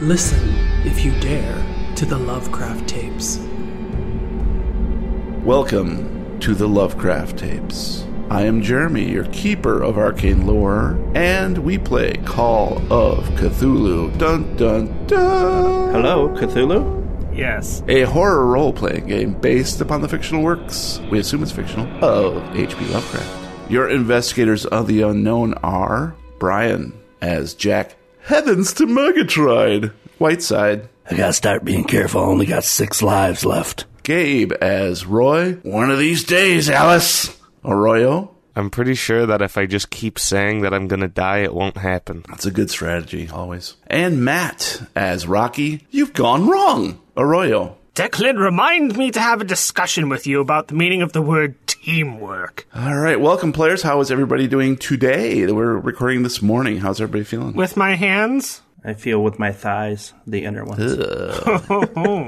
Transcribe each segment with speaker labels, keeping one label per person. Speaker 1: Listen, if you dare, to the Lovecraft tapes.
Speaker 2: Welcome to the Lovecraft Tapes. I am Jeremy, your keeper of arcane lore, and we play Call of Cthulhu. Dun dun dun!
Speaker 3: Hello, Cthulhu?
Speaker 4: Yes.
Speaker 2: A horror role playing game based upon the fictional works, we assume it's fictional, of H.P. Lovecraft. Your investigators of the unknown are Brian as Jack Heavens to Murgatroyd, Whiteside,
Speaker 5: I gotta start being careful. I only got six lives left.
Speaker 2: Gabe as Roy, One of These Days, Alice, Arroyo.
Speaker 6: I'm pretty sure that if I just keep saying that I'm gonna die, it won't happen.
Speaker 2: That's a good strategy, always. And Matt as Rocky, You've Gone Wrong, Arroyo.
Speaker 4: Declan, remind me to have a discussion with you about the meaning of the word teamwork.
Speaker 2: All right, welcome, players. How is everybody doing today? We're recording this morning. How's everybody feeling?
Speaker 4: With my hands?
Speaker 3: I feel with my thighs, the inner ones.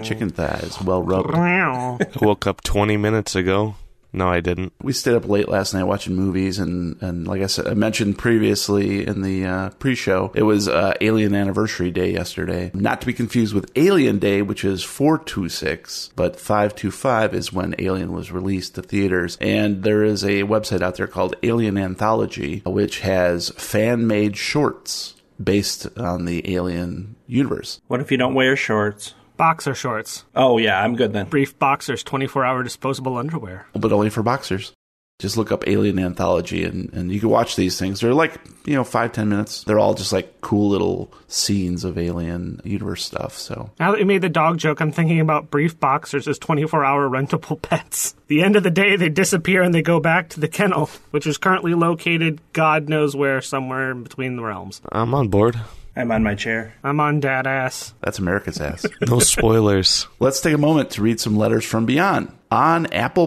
Speaker 2: Chicken thighs, well rubbed.
Speaker 4: Meow.
Speaker 6: I woke up 20 minutes ago. No, I didn't.
Speaker 2: We stayed up late last night watching movies, and, and like I said, I mentioned previously in the uh, pre-show, it was uh, Alien Anniversary Day yesterday. Not to be confused with Alien Day, which is four two six, but five two five is when Alien was released to theaters. And there is a website out there called Alien Anthology, which has fan-made shorts based on the Alien universe.
Speaker 3: What if you don't wear shorts?
Speaker 4: boxer shorts.
Speaker 3: Oh, yeah, I'm good then.
Speaker 4: Brief boxers, 24 hour disposable underwear.
Speaker 2: but only for boxers. Just look up Alien Anthology and, and you can watch these things. They're like, you know, five, ten minutes. They're all just like cool little scenes of Alien universe stuff. So
Speaker 4: Now that you made the dog joke, I'm thinking about brief boxers as 24 hour rentable pets. The end of the day, they disappear and they go back to the kennel, which is currently located God knows where, somewhere in between the realms.
Speaker 6: I'm on board.
Speaker 3: I'm on my chair.
Speaker 4: I'm on dad ass.
Speaker 2: that's America's ass.
Speaker 6: No spoilers.
Speaker 2: Let's take a moment to read some letters from beyond. On Apple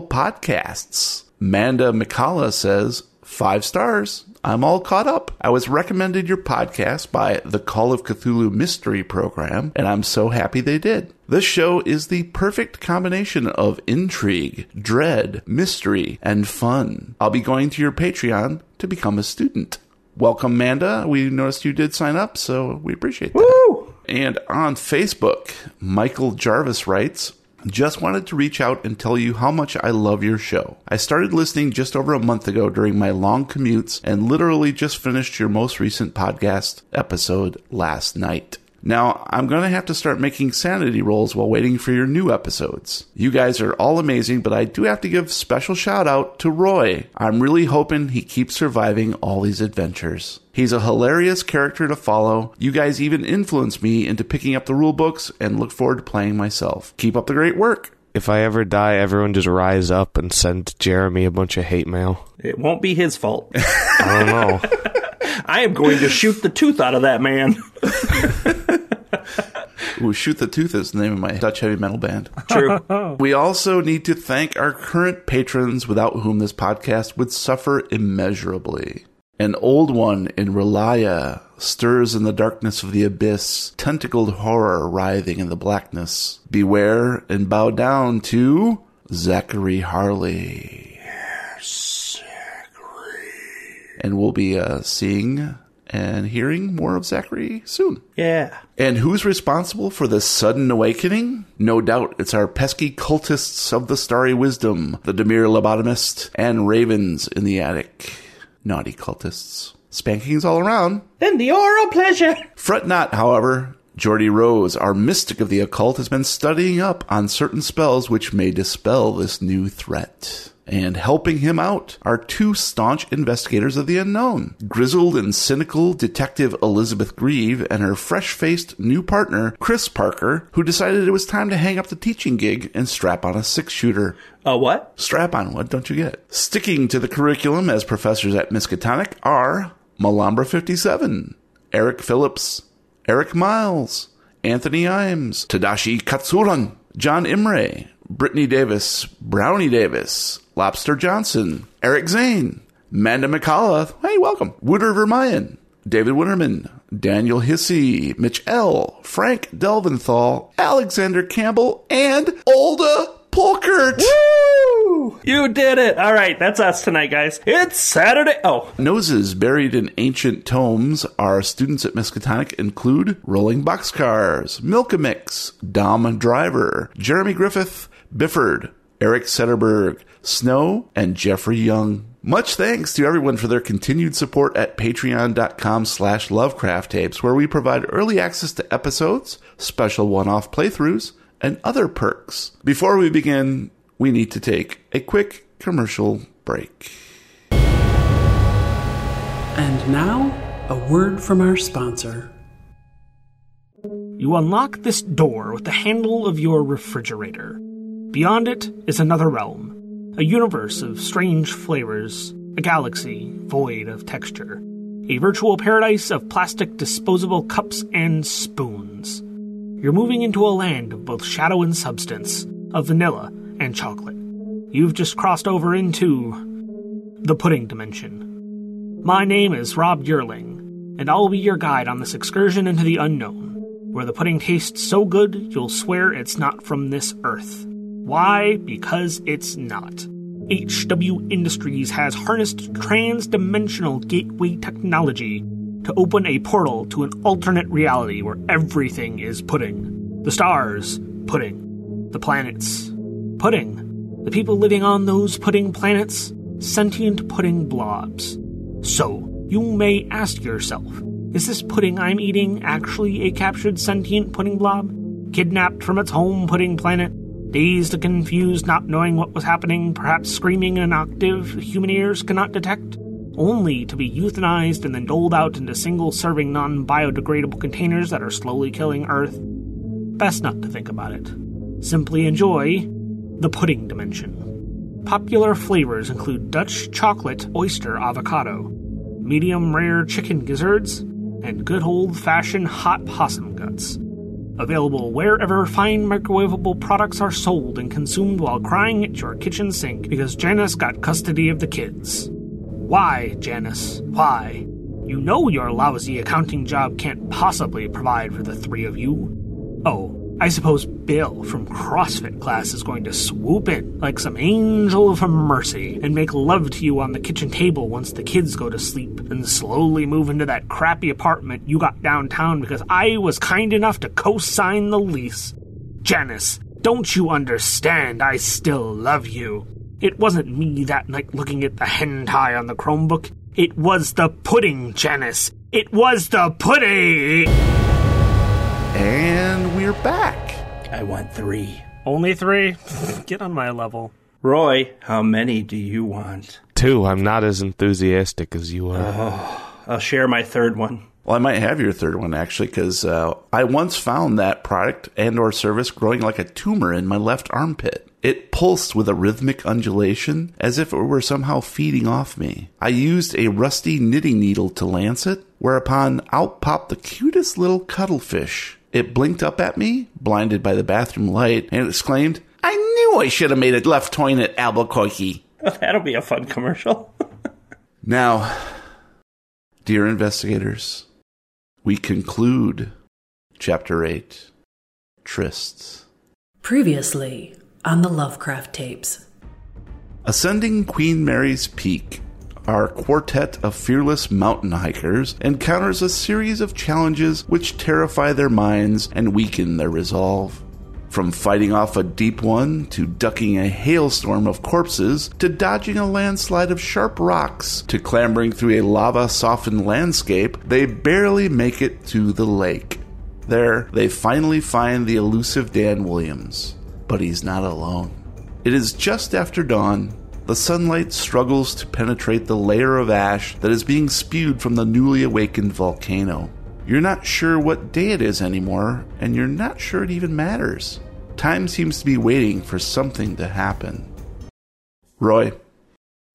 Speaker 2: Podcasts, Manda McCalla says, Five stars. I'm all caught up. I was recommended your podcast by the Call of Cthulhu Mystery Program, and I'm so happy they did. This show is the perfect combination of intrigue, dread, mystery, and fun. I'll be going to your Patreon to become a student. Welcome, Manda. We noticed you did sign up, so we appreciate that. And on Facebook, Michael Jarvis writes, just wanted to reach out and tell you how much I love your show. I started listening just over a month ago during my long commutes and literally just finished your most recent podcast episode last night. Now, I'm going to have to start making sanity rolls while waiting for your new episodes. You guys are all amazing, but I do have to give special shout out to Roy. I'm really hoping he keeps surviving all these adventures. He's a hilarious character to follow. You guys even influenced me into picking up the rule books and look forward to playing myself. Keep up the great work.
Speaker 6: If I ever die, everyone just rise up and send Jeremy a bunch of hate mail.
Speaker 3: It won't be his fault.
Speaker 6: I don't know.
Speaker 3: I am going to shoot the tooth out of that man.
Speaker 2: Ooh, Shoot the Tooth is the name of my Dutch heavy metal band.
Speaker 3: True.
Speaker 2: We also need to thank our current patrons without whom this podcast would suffer immeasurably. An old one in Relia stirs in the darkness of the abyss, tentacled horror writhing in the blackness. Beware and bow down to Zachary Harley. And we'll be uh, seeing and hearing more of Zachary soon.
Speaker 3: Yeah.
Speaker 2: And who's responsible for this sudden awakening? No doubt it's our pesky cultists of the starry wisdom, the demure lobotomist, and ravens in the attic. Naughty cultists. Spankings all around.
Speaker 3: Then the oral pleasure.
Speaker 2: Fret not, however. Jordy Rose, our mystic of the occult, has been studying up on certain spells which may dispel this new threat. And helping him out are two staunch investigators of the unknown grizzled and cynical Detective Elizabeth Grieve and her fresh faced new partner, Chris Parker, who decided it was time to hang up the teaching gig and strap on a six shooter.
Speaker 3: A what?
Speaker 2: Strap on, what don't you get? Sticking to the curriculum as professors at Miskatonic are Malambra 57, Eric Phillips, Eric Miles, Anthony Imes, Tadashi Katsuran, John Imre, Brittany Davis, Brownie Davis, Lobster Johnson, Eric Zane, Manda McCullough, hey, welcome, Wooder Vermeyen, David Winterman, Daniel Hissey, Mitch L., Frank Delventhal, Alexander Campbell, and Olda Polkert. Woo!
Speaker 3: You did it. All right, that's us tonight, guys. It's Saturday. Oh,
Speaker 2: Noses buried in ancient tomes our students at Miskatonic include Rolling Boxcars, Milkamix, Dom Driver, Jeremy Griffith, Bifford, Eric Setterberg, Snow, and Jeffrey Young. Much thanks to everyone for their continued support at patreon.com slash lovecraft tapes, where we provide early access to episodes, special one-off playthroughs, and other perks. Before we begin, we need to take a quick commercial break.
Speaker 1: And now, a word from our sponsor.
Speaker 4: You unlock this door with the handle of your refrigerator. Beyond it is another realm, a universe of strange flavors, a galaxy void of texture, a virtual paradise of plastic disposable cups and spoons. You're moving into a land of both shadow and substance, of vanilla and chocolate. You've just crossed over into the pudding dimension. My name is Rob Yearling, and I'll be your guide on this excursion into the unknown where the pudding tastes so good you'll swear it's not from this earth. Why? Because it's not. HW Industries has harnessed trans dimensional gateway technology to open a portal to an alternate reality where everything is pudding. The stars, pudding. The planets, pudding. The people living on those pudding planets, sentient pudding blobs. So, you may ask yourself is this pudding I'm eating actually a captured sentient pudding blob? Kidnapped from its home pudding planet? Dazed and confused, not knowing what was happening, perhaps screaming in an octave human ears cannot detect? Only to be euthanized and then doled out into single serving non biodegradable containers that are slowly killing Earth? Best not to think about it. Simply enjoy the pudding dimension. Popular flavors include Dutch chocolate oyster avocado, medium rare chicken gizzards, and good old fashioned hot possum guts. Available wherever fine microwavable products are sold and consumed while crying at your kitchen sink because Janice got custody of the kids. Why, Janice? Why? You know your lousy accounting job can't possibly provide for the three of you. Oh, I suppose Bill from CrossFit class is going to swoop in like some angel from mercy and make love to you on the kitchen table once the kids go to sleep and slowly move into that crappy apartment you got downtown because I was kind enough to co sign the lease. Janice, don't you understand? I still love you. It wasn't me that night looking at the hentai on the Chromebook. It was the pudding, Janice. It was the pudding!
Speaker 2: And we're back.
Speaker 5: I want three.
Speaker 4: Only three? Get on my level.
Speaker 3: Roy, how many do you want?
Speaker 6: Two, I'm not as enthusiastic as you are.
Speaker 3: I'll share my third one.
Speaker 2: Well, I might have your third one actually, because uh, I once found that product and/or service growing like a tumor in my left armpit. It pulsed with a rhythmic undulation, as if it were somehow feeding off me. I used a rusty knitting needle to lance it, whereupon out popped the cutest little cuttlefish. It blinked up at me, blinded by the bathroom light, and exclaimed, "I knew I should have made it left toin at Albuquerque."
Speaker 3: That'll be a fun commercial.
Speaker 2: Now, dear investigators, we conclude Chapter 8 Trysts.
Speaker 7: Previously on the Lovecraft tapes.
Speaker 2: Ascending Queen Mary's Peak, our quartet of fearless mountain hikers encounters a series of challenges which terrify their minds and weaken their resolve. From fighting off a deep one, to ducking a hailstorm of corpses, to dodging a landslide of sharp rocks, to clambering through a lava softened landscape, they barely make it to the lake. There, they finally find the elusive Dan Williams, but he's not alone. It is just after dawn. The sunlight struggles to penetrate the layer of ash that is being spewed from the newly awakened volcano. You're not sure what day it is anymore, and you're not sure it even matters. Time seems to be waiting for something to happen. Roy,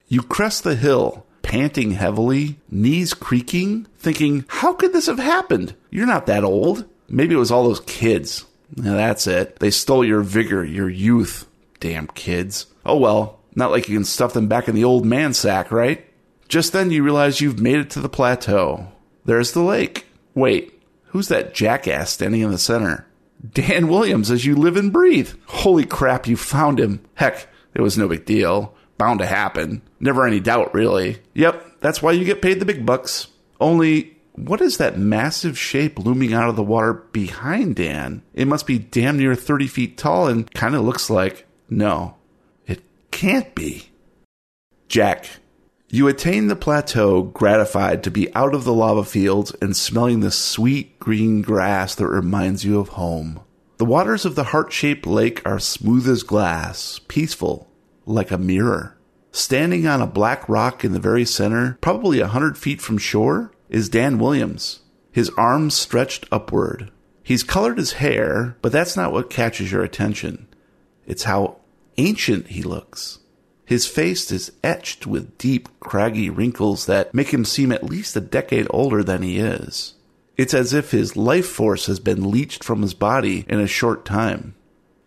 Speaker 2: you crest the hill, panting heavily, knees creaking, thinking, how could this have happened? You're not that old. Maybe it was all those kids. Now that's it. They stole your vigor, your youth. Damn kids. Oh well, not like you can stuff them back in the old man sack, right? Just then you realize you've made it to the plateau. There's the lake. Wait, who's that jackass standing in the center? Dan Williams as you live and breathe. Holy crap, you found him. Heck, It was no big deal. Bound to happen. Never any doubt, really. Yep, that's why you get paid the big bucks. Only, what is that massive shape looming out of the water behind Dan? It must be damn near 30 feet tall and kind of looks like. No, it can't be. Jack, you attain the plateau gratified to be out of the lava fields and smelling the sweet green grass that reminds you of home. The waters of the heart shaped lake are smooth as glass, peaceful, like a mirror. Standing on a black rock in the very center, probably a hundred feet from shore, is Dan Williams, his arms stretched upward. He's colored his hair, but that's not what catches your attention. It's how ancient he looks. His face is etched with deep, craggy wrinkles that make him seem at least a decade older than he is. It's as if his life force has been leached from his body in a short time.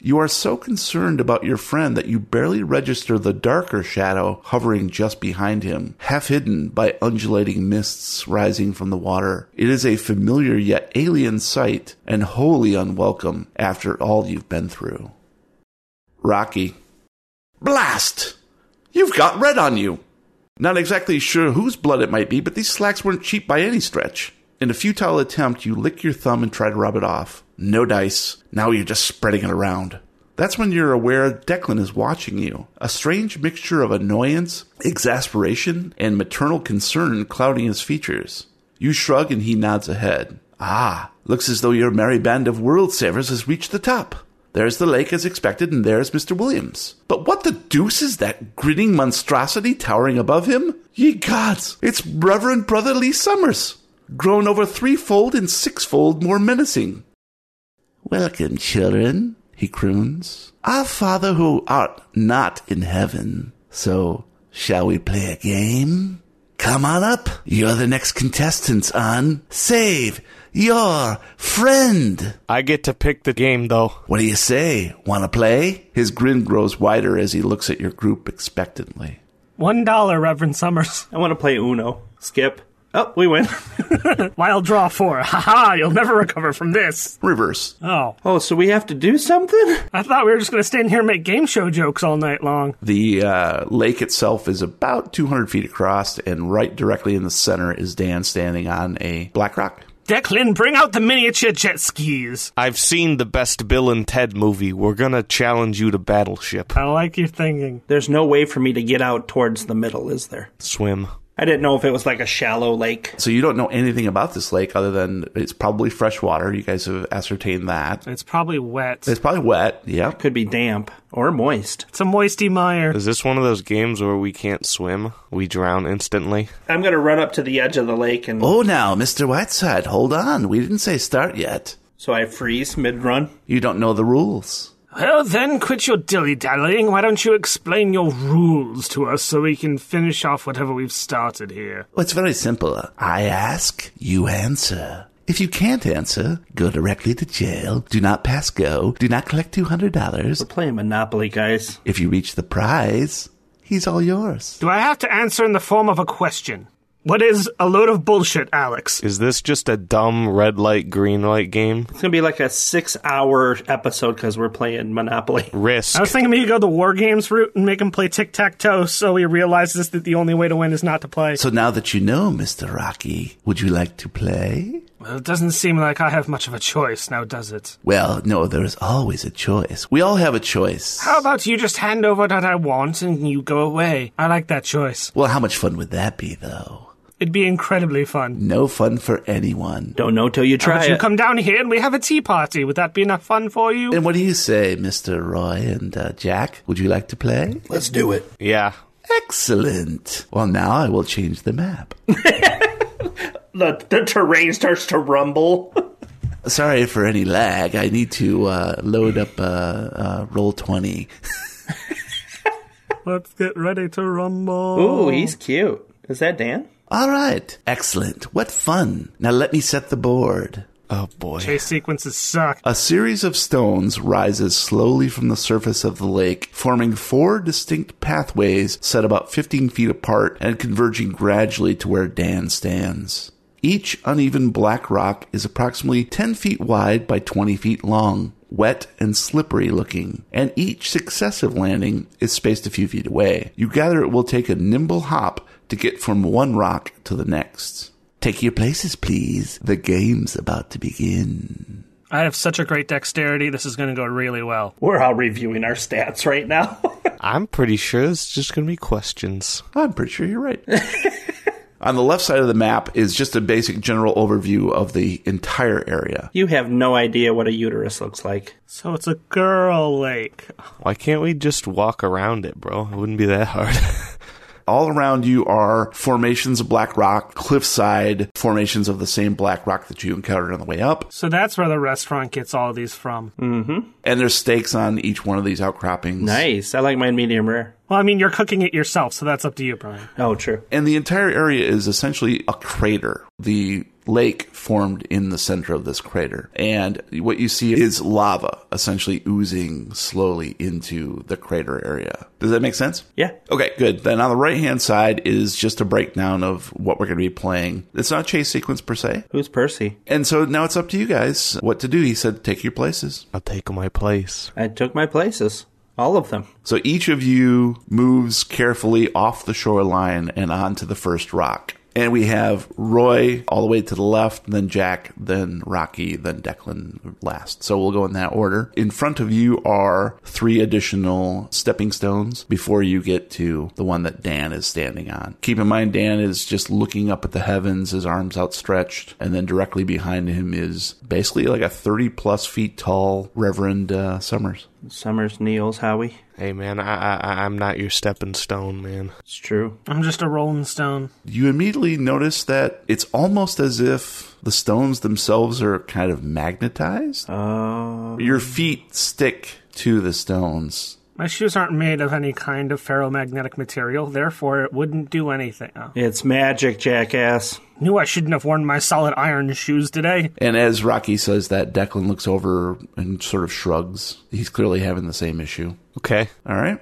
Speaker 2: You are so concerned about your friend that you barely register the darker shadow hovering just behind him, half hidden by undulating mists rising from the water. It is a familiar yet alien sight and wholly unwelcome after all you've been through. Rocky. Blast! You've got red on you! Not exactly sure whose blood it might be, but these slacks weren't cheap by any stretch. In a futile attempt, you lick your thumb and try to rub it off. No dice. Now you're just spreading it around. That's when you're aware Declan is watching you. A strange mixture of annoyance, exasperation, and maternal concern clouding his features. You shrug and he nods ahead. Ah, looks as though your merry band of world savers has reached the top. There's the lake as expected, and there's Mr. Williams. But what the deuce is that grinning monstrosity towering above him? Ye gods, it's Reverend Brother Lee Summers, grown over threefold and sixfold more menacing. Welcome, children, he croons. Our Father who art not in heaven. So, shall we play a game? Come on up. You're the next contestants on Save Your Friend.
Speaker 6: I get to pick the game, though.
Speaker 2: What do you say? Want to play? His grin grows wider as he looks at your group expectantly.
Speaker 4: One dollar, Reverend Summers.
Speaker 3: I want to play Uno. Skip. Oh, we win.
Speaker 4: Wild draw four. Ha ha! You'll never recover from this.
Speaker 2: Reverse.
Speaker 4: Oh,
Speaker 3: oh, so we have to do something?
Speaker 4: I thought we were just gonna stand here and make game show jokes all night long.
Speaker 2: The uh, lake itself is about 200 feet across, and right directly in the center is Dan standing on a black rock.
Speaker 4: Declan, bring out the miniature jet skis.
Speaker 6: I've seen the best Bill and Ted movie. We're gonna challenge you to battleship.
Speaker 4: I like your thinking.
Speaker 3: There's no way for me to get out towards the middle, is there?
Speaker 6: Swim.
Speaker 3: I didn't know if it was like a shallow lake.
Speaker 2: So you don't know anything about this lake other than it's probably fresh water. You guys have ascertained that.
Speaker 4: It's probably wet.
Speaker 2: It's probably wet. Yep.
Speaker 3: Could be damp or moist.
Speaker 4: It's a moisty mire.
Speaker 6: Is this one of those games where we can't swim? We drown instantly?
Speaker 3: I'm going to run up to the edge of the lake and.
Speaker 2: Oh, now, Mr. Whiteside, hold on. We didn't say start yet.
Speaker 3: So I freeze mid run.
Speaker 2: You don't know the rules.
Speaker 4: Well, then, quit your dilly dallying. Why don't you explain your rules to us so we can finish off whatever we've started here?
Speaker 2: Well, it's very simple. I ask, you answer. If you can't answer, go directly to jail. Do not pass go. Do not collect $200.
Speaker 3: We're playing Monopoly, guys.
Speaker 2: If you reach the prize, he's all yours.
Speaker 4: Do I have to answer in the form of a question? What is a load of bullshit, Alex?
Speaker 6: Is this just a dumb red light, green light game?
Speaker 3: It's going to be like a six hour episode because we're playing Monopoly.
Speaker 4: I
Speaker 6: Risk.
Speaker 4: was thinking we could go the war games route and make him play tic tac toe so he realizes that the only way to win is not to play.
Speaker 2: So now that you know, Mr. Rocky, would you like to play?
Speaker 4: Well, it doesn't seem like I have much of a choice now, does it?
Speaker 2: Well, no, there is always a choice. We all have a choice.
Speaker 4: How about you just hand over what I want and you go away? I like that choice.
Speaker 2: Well, how much fun would that be, though?
Speaker 4: It'd be incredibly fun.
Speaker 2: No fun for anyone.
Speaker 3: Don't know till you
Speaker 4: How
Speaker 3: try
Speaker 4: about you
Speaker 3: it.
Speaker 4: come down here and we have a tea party? Would that be enough fun for you?
Speaker 2: And what do you say, Mr. Roy and uh, Jack? Would you like to play?
Speaker 5: Let's do it.
Speaker 6: Yeah.
Speaker 2: Excellent. Well, now I will change the map.
Speaker 3: the, the terrain starts to rumble.
Speaker 2: Sorry for any lag. I need to uh, load up uh, uh, roll twenty.
Speaker 4: Let's get ready to rumble.
Speaker 3: Ooh, he's cute. Is that Dan?
Speaker 2: All right. Excellent. What fun. Now let me set the board.
Speaker 6: Oh boy.
Speaker 4: Chase sequences suck.
Speaker 2: A series of stones rises slowly from the surface of the lake, forming four distinct pathways set about 15 feet apart and converging gradually to where Dan stands. Each uneven black rock is approximately 10 feet wide by 20 feet long. wet and slippery looking, and each successive landing is spaced a few feet away. You gather it will take a nimble hop to get from one rock to the next. Take your places, please. The game's about to begin.
Speaker 4: I have such a great dexterity. This is going to go really well.
Speaker 3: We're all reviewing our stats right now.
Speaker 6: I'm pretty sure it's just going to be questions.
Speaker 2: I'm pretty sure you're right. On the left side of the map is just a basic general overview of the entire area.
Speaker 3: you have no idea what a uterus looks like.
Speaker 4: So it's a girl lake.
Speaker 6: Why can't we just walk around it, bro? It wouldn't be that hard.
Speaker 2: All around you are formations of black rock, cliffside formations of the same black rock that you encountered on the way up,
Speaker 4: So that's where the restaurant gets all these from.
Speaker 2: and there's stakes on each one of these outcroppings.
Speaker 3: Nice. I like mine medium rare.
Speaker 4: Well, I mean, you're cooking it yourself, so that's up to you, Brian.
Speaker 3: Oh, true.
Speaker 2: And the entire area is essentially a crater. The lake formed in the center of this crater. And what you see is lava essentially oozing slowly into the crater area. Does that make sense?
Speaker 3: Yeah.
Speaker 2: Okay, good. Then on the right hand side is just a breakdown of what we're going to be playing. It's not a chase sequence per se.
Speaker 3: Who's Percy?
Speaker 2: And so now it's up to you guys what to do. He said, take your places.
Speaker 6: I'll take my place.
Speaker 3: I took my places. All of them.
Speaker 2: So each of you moves carefully off the shoreline and onto the first rock. And we have Roy all the way to the left, then Jack, then Rocky, then Declan last. So we'll go in that order. In front of you are three additional stepping stones before you get to the one that Dan is standing on. Keep in mind, Dan is just looking up at the heavens, his arms outstretched, and then directly behind him is basically like a 30 plus feet tall Reverend uh, Summers.
Speaker 3: Summers, Niels, Howie.
Speaker 6: Hey, man, I, I, I- I'm not your stepping stone, man.
Speaker 3: It's true.
Speaker 4: I'm just a rolling stone.
Speaker 2: you immediately notice that it's almost as if the stones themselves are kind of magnetized.
Speaker 3: Oh.
Speaker 2: Your feet stick to the stones.
Speaker 4: My shoes aren't made of any kind of ferromagnetic material, therefore it wouldn't do anything. Oh.
Speaker 3: It's magic, jackass.
Speaker 4: Knew I shouldn't have worn my solid iron shoes today.
Speaker 2: And as Rocky says that, Declan looks over and sort of shrugs. He's clearly having the same issue.
Speaker 6: Okay.
Speaker 2: All right.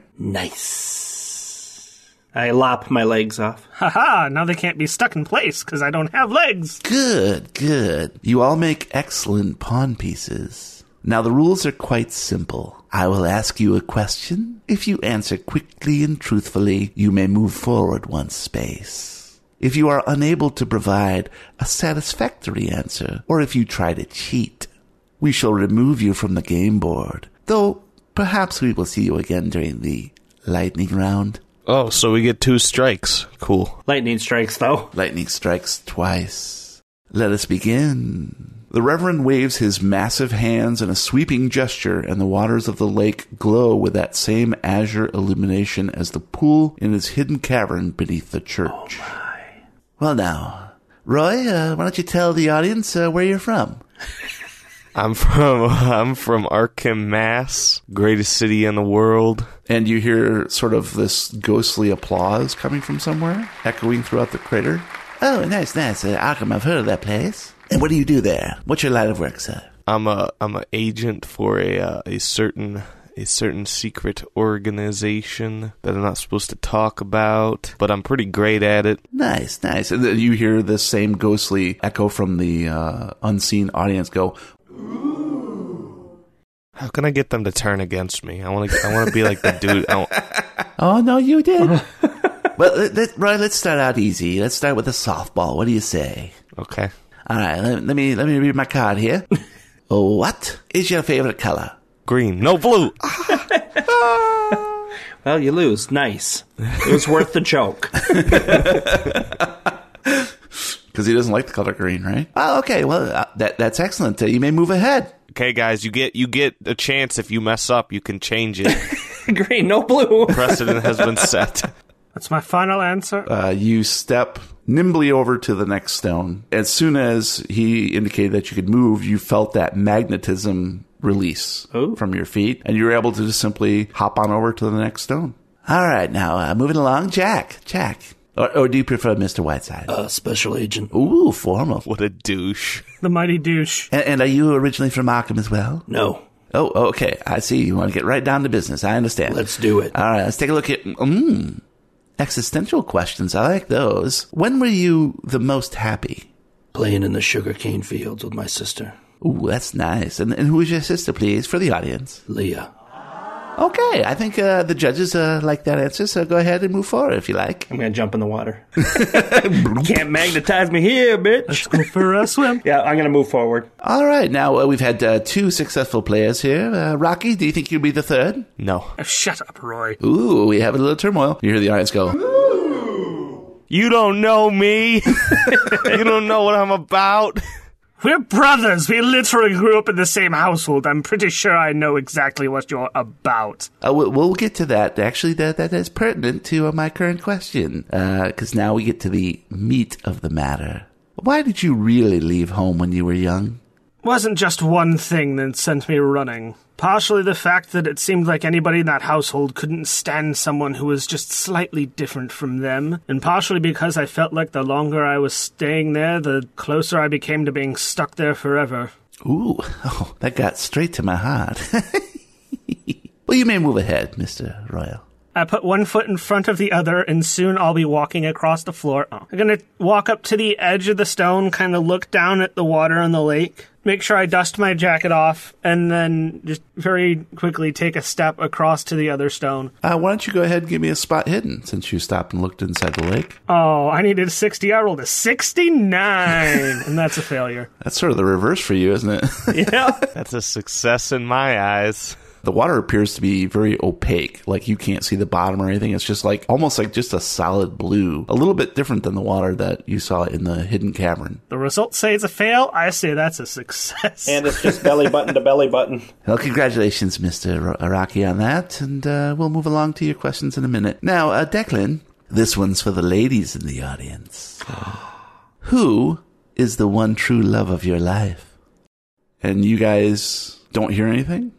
Speaker 3: Nice. I lop my legs off.
Speaker 4: Haha, now they can't be stuck in place because I don't have legs.
Speaker 2: Good, good. You all make excellent pawn pieces. Now, the rules are quite simple. I will ask you a question. If you answer quickly and truthfully, you may move forward one space. If you are unable to provide a satisfactory answer, or if you try to cheat, we shall remove you from the game board. Though, perhaps we will see you again during the lightning round.
Speaker 6: Oh, so we get two strikes. Cool.
Speaker 3: Lightning strikes, though.
Speaker 2: Lightning strikes twice. Let us begin. The Reverend waves his massive hands in a sweeping gesture, and the waters of the lake glow with that same azure illumination as the pool in its hidden cavern beneath the church. Well, now, Roy, uh, why don't you tell the audience uh, where you're from?
Speaker 6: I'm from I'm from Arkham, Mass, greatest city in the world.
Speaker 2: And you hear sort of this ghostly applause coming from somewhere, echoing throughout the crater. Oh, nice, nice. Uh, Arkham, I've heard of that place. And what do you do there? What's your line of work, sir?
Speaker 6: I'm a I'm an agent for a uh, a certain a certain secret organization that I'm not supposed to talk about, but I'm pretty great at it.
Speaker 2: Nice, nice. And then you hear this same ghostly echo from the uh, unseen audience go,
Speaker 6: How can I get them to turn against me? I want to I want to be like the dude. I want-
Speaker 2: Oh, no, you did. well, let, let, Roy, let's start out easy. Let's start with a softball. What do you say?
Speaker 6: okay.
Speaker 2: All right, let, let me let me read my card here. Oh, what is your favorite color?
Speaker 6: Green. No blue.
Speaker 3: Well, you lose. Nice. It was worth the joke.
Speaker 2: Because he doesn't like the color green, right? Oh, okay. Well, uh, that that's excellent. Uh, you may move ahead.
Speaker 6: Okay, guys, you get you get a chance if you mess up, you can change it.
Speaker 3: Green, no blue.
Speaker 6: Precedent has been set.
Speaker 4: That's my final answer.
Speaker 2: Uh, you step nimbly over to the next stone. As soon as he indicated that you could move, you felt that magnetism release
Speaker 3: Oh.
Speaker 2: from your feet, and you were able to just simply hop on over to the next stone. All right, now uh, moving along, Jack. Jack, or, or do you prefer Mister Whiteside?
Speaker 5: Uh, special agent.
Speaker 2: Ooh, formal.
Speaker 6: What a douche.
Speaker 4: the mighty douche.
Speaker 2: And, and are you originally from Arkham as well?
Speaker 5: No,
Speaker 2: Oh, okay. I see. You want to get right down to business. I understand.
Speaker 5: let's do it.
Speaker 2: All right, let's take a look at mm, existential questions. I like those. When were you the most happy?
Speaker 5: Playing in the sugarcane fields with my sister.
Speaker 2: Ooh, that's nice. And, and who's your sister, please, for the audience?
Speaker 5: Leah.
Speaker 2: Okay, I think uh, the judges uh, like that answer, so go ahead and move forward if you like.
Speaker 3: I'm gonna jump in the water. Can't magnetize me here, bitch.
Speaker 4: Go for a swim.
Speaker 3: Yeah, I'm gonna move forward.
Speaker 2: All right, now uh, we've had uh, two successful players here. Uh, Rocky, do you think you'll be the third?
Speaker 6: No.
Speaker 4: Shut up, Roy.
Speaker 2: Ooh, we have a little turmoil. You hear the audience go,
Speaker 6: You don't know me. you don't know what I'm about.
Speaker 4: We're brothers. We literally grew up in the same household. I'm pretty sure I know exactly what you're about.
Speaker 2: uh, we- we'll get to that. Actually, that, that is pertinent to uh, my current question, because now we get to the meat of the matter. Why did you really leave home when you were young?
Speaker 4: Wasn't just one thing that sent me running. Partially the fact that it seemed like anybody in that household couldn't stand someone who was just slightly different from them, and partially because I felt like the longer I was staying there, the closer I became to being stuck there forever.
Speaker 2: Ooh, oh, that got straight to my heart. well, you may move ahead, Mr. Royal.
Speaker 4: I put one foot in front of the other, and soon I'll be walking across the floor. Oh. I'm gonna walk up to the edge of the stone, kind of look down at the water and the lake, make sure I dust my jacket off, and then just very quickly take a step across to the other stone.
Speaker 2: Uh, why don't you go ahead and give me a spot hidden since you stopped and looked inside the lake?
Speaker 4: Oh, I needed a 60. I rolled a 69, and that's a failure.
Speaker 2: That's sort of the reverse for you, isn't it?
Speaker 3: Yeah.
Speaker 6: That's a success in my eyes.
Speaker 2: the water appears to be very opaque, like you can't see the bottom or anything. It's just like almost like just a solid blue, a little bit different than the water that you saw in the hidden cavern.
Speaker 4: The results say it's a fail. I say that's a success.
Speaker 3: and it's just belly button to belly button.
Speaker 2: Well, congratulations, Mr. Ro- Rocky, on that, and uh, we'll move along to your questions in a minute. Now, uh, Declan, this one's for the ladies in the audience. Who is the one true love of your life? And you guys don't hear anything?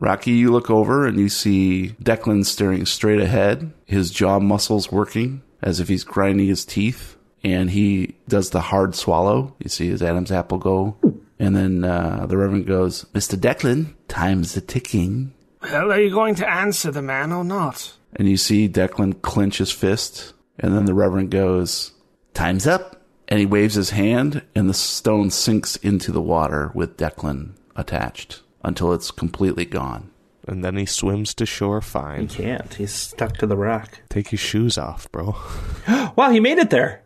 Speaker 2: Rocky, you look over and you see Declan staring straight ahead, his jaw muscles working as if he's grinding his teeth, and he does the hard swallow. You see his Adam's apple go, and then uh, the Reverend goes, Mr. Declan, time's a ticking.
Speaker 4: well, are you going to answer the man or not?
Speaker 2: And you see Declan clench his fist, and then the Reverend goes, Time's up. And he waves his hand, and the stone sinks into the water with Declan attached until it's completely gone.
Speaker 6: And then he swims to shore fine.
Speaker 3: He can't. He's stuck to the rock.
Speaker 6: Take your shoes off, bro.
Speaker 3: Wow, he made it there.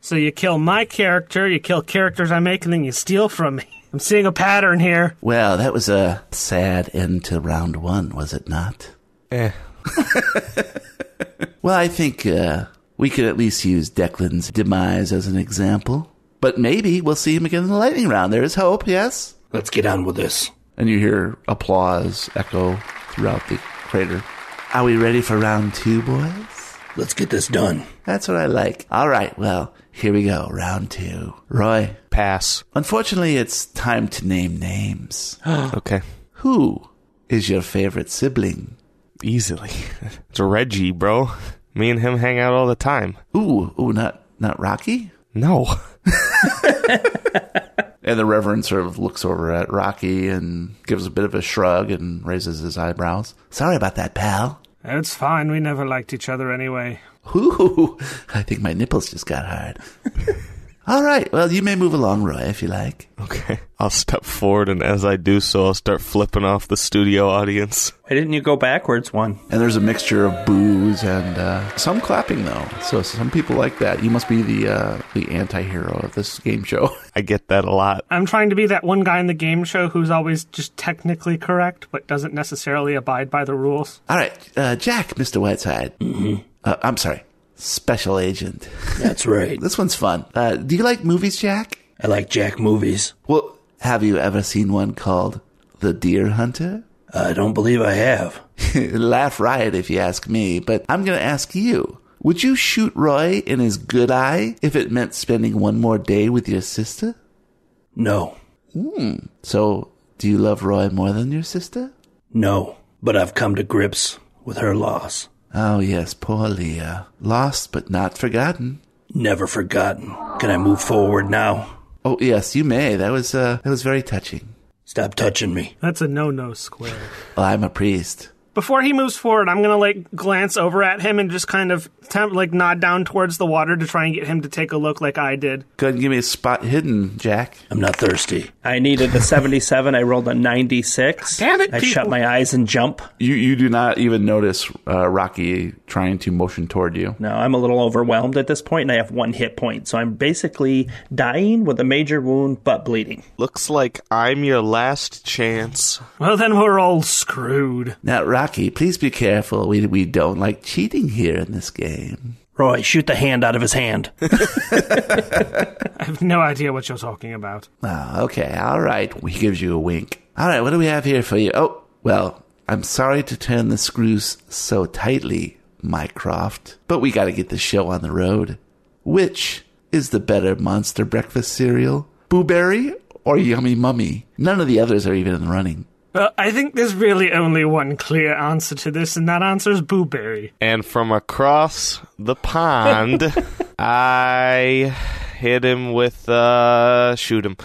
Speaker 4: So you kill my character, you kill characters I make, and then you steal from me. I'm seeing a pattern here.
Speaker 2: Well, that was a sad end to round one, was it not?
Speaker 6: Eh.
Speaker 2: Well, I think uh, we could at least use Declan's demise as an example. But maybe we'll see him again in the lightning round. There is hope, yes?
Speaker 5: Let's get on with this.
Speaker 2: And you hear applause echo throughout the crater. Are we ready for round two, boys?
Speaker 5: Let's get this done.
Speaker 2: That's what I like. All right, well, here we go. Round two. Roy,
Speaker 6: Pass.
Speaker 2: unfortunately, it's time to name names.
Speaker 6: okay.
Speaker 2: Who is your favorite sibling?
Speaker 6: Easily. it's Reggie, bro. Me and him hang out all the time.
Speaker 2: Ooh, ooh, not not Rocky.
Speaker 6: No.
Speaker 2: And the Reverend sort of looks over at Rocky and gives a bit of a shrug and raises his eyebrows. Sorry about that, pal.
Speaker 4: It's fine. We never liked each other anyway.
Speaker 2: Ooh, I think my nipples just got hard. All right, well, you may move along, Roy, if you like.
Speaker 6: Okay. I'll step forward, and as I do so, I'll start flipping off the studio audience.
Speaker 3: Why didn't you go backwards one?
Speaker 2: And there's a mixture of boos and uh, some clapping, though. So some people like that. You must be the uh, the anti-hero of this game show.
Speaker 6: I get that a lot.
Speaker 4: I'm trying to be that one guy in the game show who's always just technically correct, but doesn't necessarily abide by the rules.
Speaker 2: All right, uh, Jack, Mr. Whiteside. Uh, I'm sorry, Special Agent.
Speaker 5: That's right.
Speaker 2: This one's fun. Uh, do you like movies, Jack?
Speaker 5: I like Jack movies.
Speaker 2: Well, have you ever seen one called The Deer Hunter?
Speaker 5: I don't believe I have.
Speaker 2: Laugh riot if you ask me, but I'm going to ask you. Would you shoot Roy in his good eye if it meant spending one more day with your sister?
Speaker 5: No.
Speaker 2: So, do you love Roy more than your sister?
Speaker 5: No. But I've come to grips with her loss.
Speaker 2: Oh, yes, poor Leah. Lost but not forgotten.
Speaker 5: Never forgotten. Can I move forward now?
Speaker 2: Oh, yes, you may. That was, uh, that was very touching.
Speaker 5: Stop touching me.
Speaker 4: That's a no no square.
Speaker 2: Well, I'm a priest.
Speaker 4: Before he moves forward, I'm gonna like glance over at him and just kind of temp- like nod down towards the water to try and get him to take a look, like I did.
Speaker 2: Go ahead and give me a spot hidden, Jack.
Speaker 5: I'm not thirsty.
Speaker 3: I needed a 77. I rolled a 96.
Speaker 4: Damn it,
Speaker 3: I shut
Speaker 4: people.
Speaker 3: my eyes and jump.
Speaker 2: You you do not even notice uh, Rocky trying to motion toward you.
Speaker 3: No, I'm a little overwhelmed at this point, and I have one hit point. So I'm basically dying with a major wound, but bleeding.
Speaker 6: Looks like I'm your last chance.
Speaker 4: Well, then we're all screwed.
Speaker 2: Now, Rocky, please be careful. We we don't like cheating here in this game.
Speaker 5: Roy, shoot the hand out of his hand.
Speaker 4: I have no idea what you're talking about.
Speaker 2: Oh, okay, all right. He gives you a wink. All right, what do we have here for you? Oh, well, I'm sorry to turn the screws so tightly, Mycroft, but we got to get the show on the road. Which is the better monster breakfast cereal, Booberry or Yummy Mummy? None of the others are even in the running.
Speaker 4: Well, I think there's really only one clear answer to this, and that answer is Booberry.
Speaker 6: And from across the pond, I hit him with, uh, shoot him.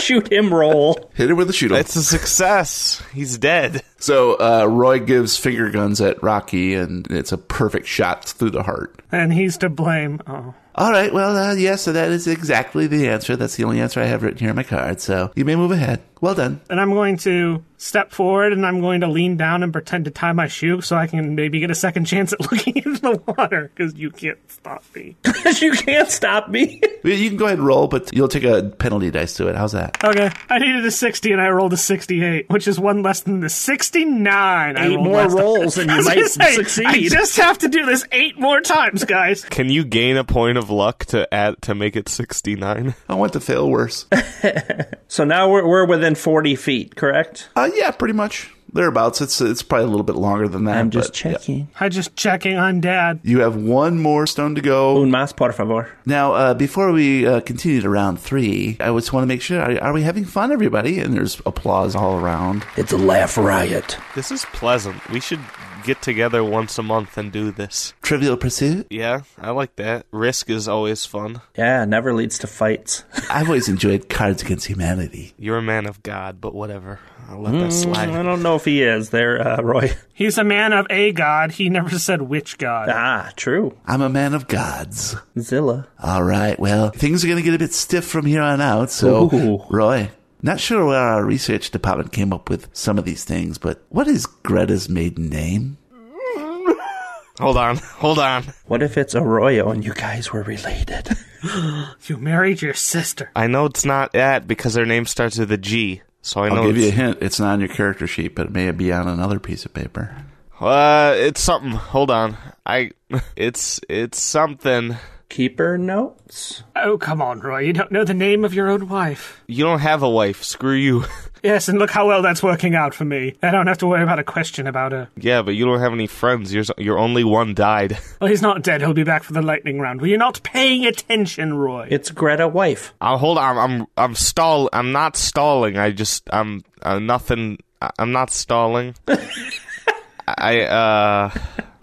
Speaker 3: Shoot him, roll.
Speaker 2: Hit it with a shooter.
Speaker 6: It's a success. He's dead.
Speaker 2: So uh, Roy gives finger guns at Rocky, and it's a perfect shot through the heart.
Speaker 4: And he's to blame. Oh.
Speaker 2: All right, well, uh, yes, so that is exactly the answer. That's the only answer I have written here in my card. So you may move ahead. Well done.
Speaker 4: And I'm going to step forward and I'm going to lean down and pretend to tie my shoe so I can maybe get a second chance at looking into the water because you can't stop me.
Speaker 3: you can't stop me.
Speaker 2: You you can go ahead and roll, but you'll take a penalty dice to it. How's that?
Speaker 4: Okay. I needed a 60 and I rolled a 68, which is one less than the 69. I
Speaker 3: Eight
Speaker 4: rolled
Speaker 3: more
Speaker 4: last time.
Speaker 3: rolls, and
Speaker 4: I
Speaker 3: you
Speaker 4: was
Speaker 3: might
Speaker 4: gonna say, I
Speaker 3: succeed.
Speaker 4: just have to do this eight more times, guys.
Speaker 6: Can you gain a point of luck to add to make it 69?
Speaker 2: I want to fail worse.
Speaker 3: So now we're, we're within 40 feet, correct?
Speaker 2: uh, yeah, pretty much thereabouts. It's it's probably a little bit longer than that.
Speaker 3: I'm just
Speaker 2: but, yeah.
Speaker 3: checking.
Speaker 4: I'm just checking. I'm dad.
Speaker 2: You have one more stone to go.
Speaker 3: Un más, por favor.
Speaker 2: Now, uh, before we uh, continue to round three, I just want to make sure are, are we having fun, everybody? And there's applause all around.
Speaker 5: It's a laugh riot.
Speaker 6: This is pleasant. We should get together once a month and do this.
Speaker 2: Trivial Pursuit.
Speaker 6: Yeah, I like that. Risk is always fun.
Speaker 3: Yeah, never leads to fights.
Speaker 2: I've always enjoyed Cards Against Humanity.
Speaker 6: You're a man of God, but whatever. I'll let that
Speaker 3: I
Speaker 6: slide.
Speaker 3: don't know if he is there, uh, Roy.
Speaker 4: He's a man of a god. He never said which god.
Speaker 3: Ah, true.
Speaker 2: I'm a man of gods.
Speaker 3: Zilla.
Speaker 2: All right, well, things are going to get a bit stiff from here on out. So,
Speaker 3: Ooh.
Speaker 2: Roy, not sure where our research department came up with some of these things, but what is Greta's maiden name?
Speaker 6: Hold on, hold on.
Speaker 3: What if it's Arroyo and you guys were related?
Speaker 4: You married your sister.
Speaker 6: I know it's not that because their name starts with a G. So I know
Speaker 2: I'll give you a
Speaker 6: Oh, it's,
Speaker 2: hint. It's not on your character sheet, but it may be on another piece of paper.
Speaker 6: uh, it's something. Hold on, I. It's it's something.
Speaker 3: Keeper notes?
Speaker 4: Oh, come on, Roy. You don't know the name of your own wife.
Speaker 6: You don't have a wife. Screw you.
Speaker 4: Yes, and look how well that's working out for me. I don't have to worry about a question about her.
Speaker 6: yeah, but you don't have any friends. Your your only one died.
Speaker 4: Well, he's not dead. He'll be back for the lightning round. Were you not paying attention, Roy?
Speaker 3: It's Greta wife.
Speaker 6: I'll hold on. I'm I'm, I'm stall. I'm not stalling. I just I'm uh, nothing. I- I'm not stalling. I uh.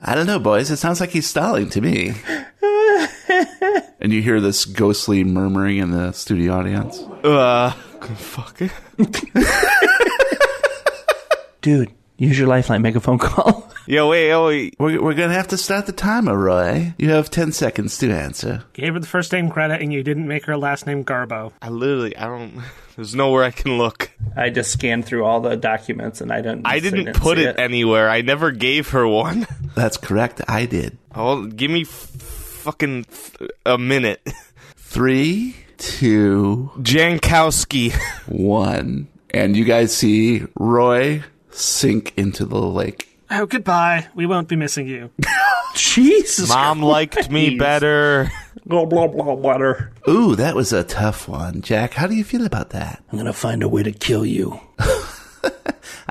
Speaker 2: I don't know, boys. It sounds like he's stalling to me. and you hear this ghostly murmuring in the studio audience.
Speaker 6: Uh, fuck it.
Speaker 3: Dude, use your lifeline, make a phone call.
Speaker 6: Yo, wait, yo, wait.
Speaker 2: We're, we're going to have to start the timer, Roy. You have 10 seconds to answer.
Speaker 4: Gave her the first name credit, and you didn't make her last name Garbo.
Speaker 6: I literally, I don't. There's nowhere I can look.
Speaker 3: I just scanned through all the documents and I didn't
Speaker 6: I didn't put
Speaker 3: see
Speaker 6: it anywhere. I never gave her one.
Speaker 2: That's correct. I did.
Speaker 6: Oh, give me f- fucking f- a minute.
Speaker 2: Three, two,
Speaker 6: Jankowski.
Speaker 2: one. And you guys see Roy sink into the lake.
Speaker 4: Oh, goodbye. We won't be missing you.
Speaker 3: Jesus.
Speaker 6: Mom liked me better.
Speaker 3: Blah blah blah water.
Speaker 2: Ooh, that was a tough one. Jack, how do you feel about that?
Speaker 5: I'm gonna find a way to kill you.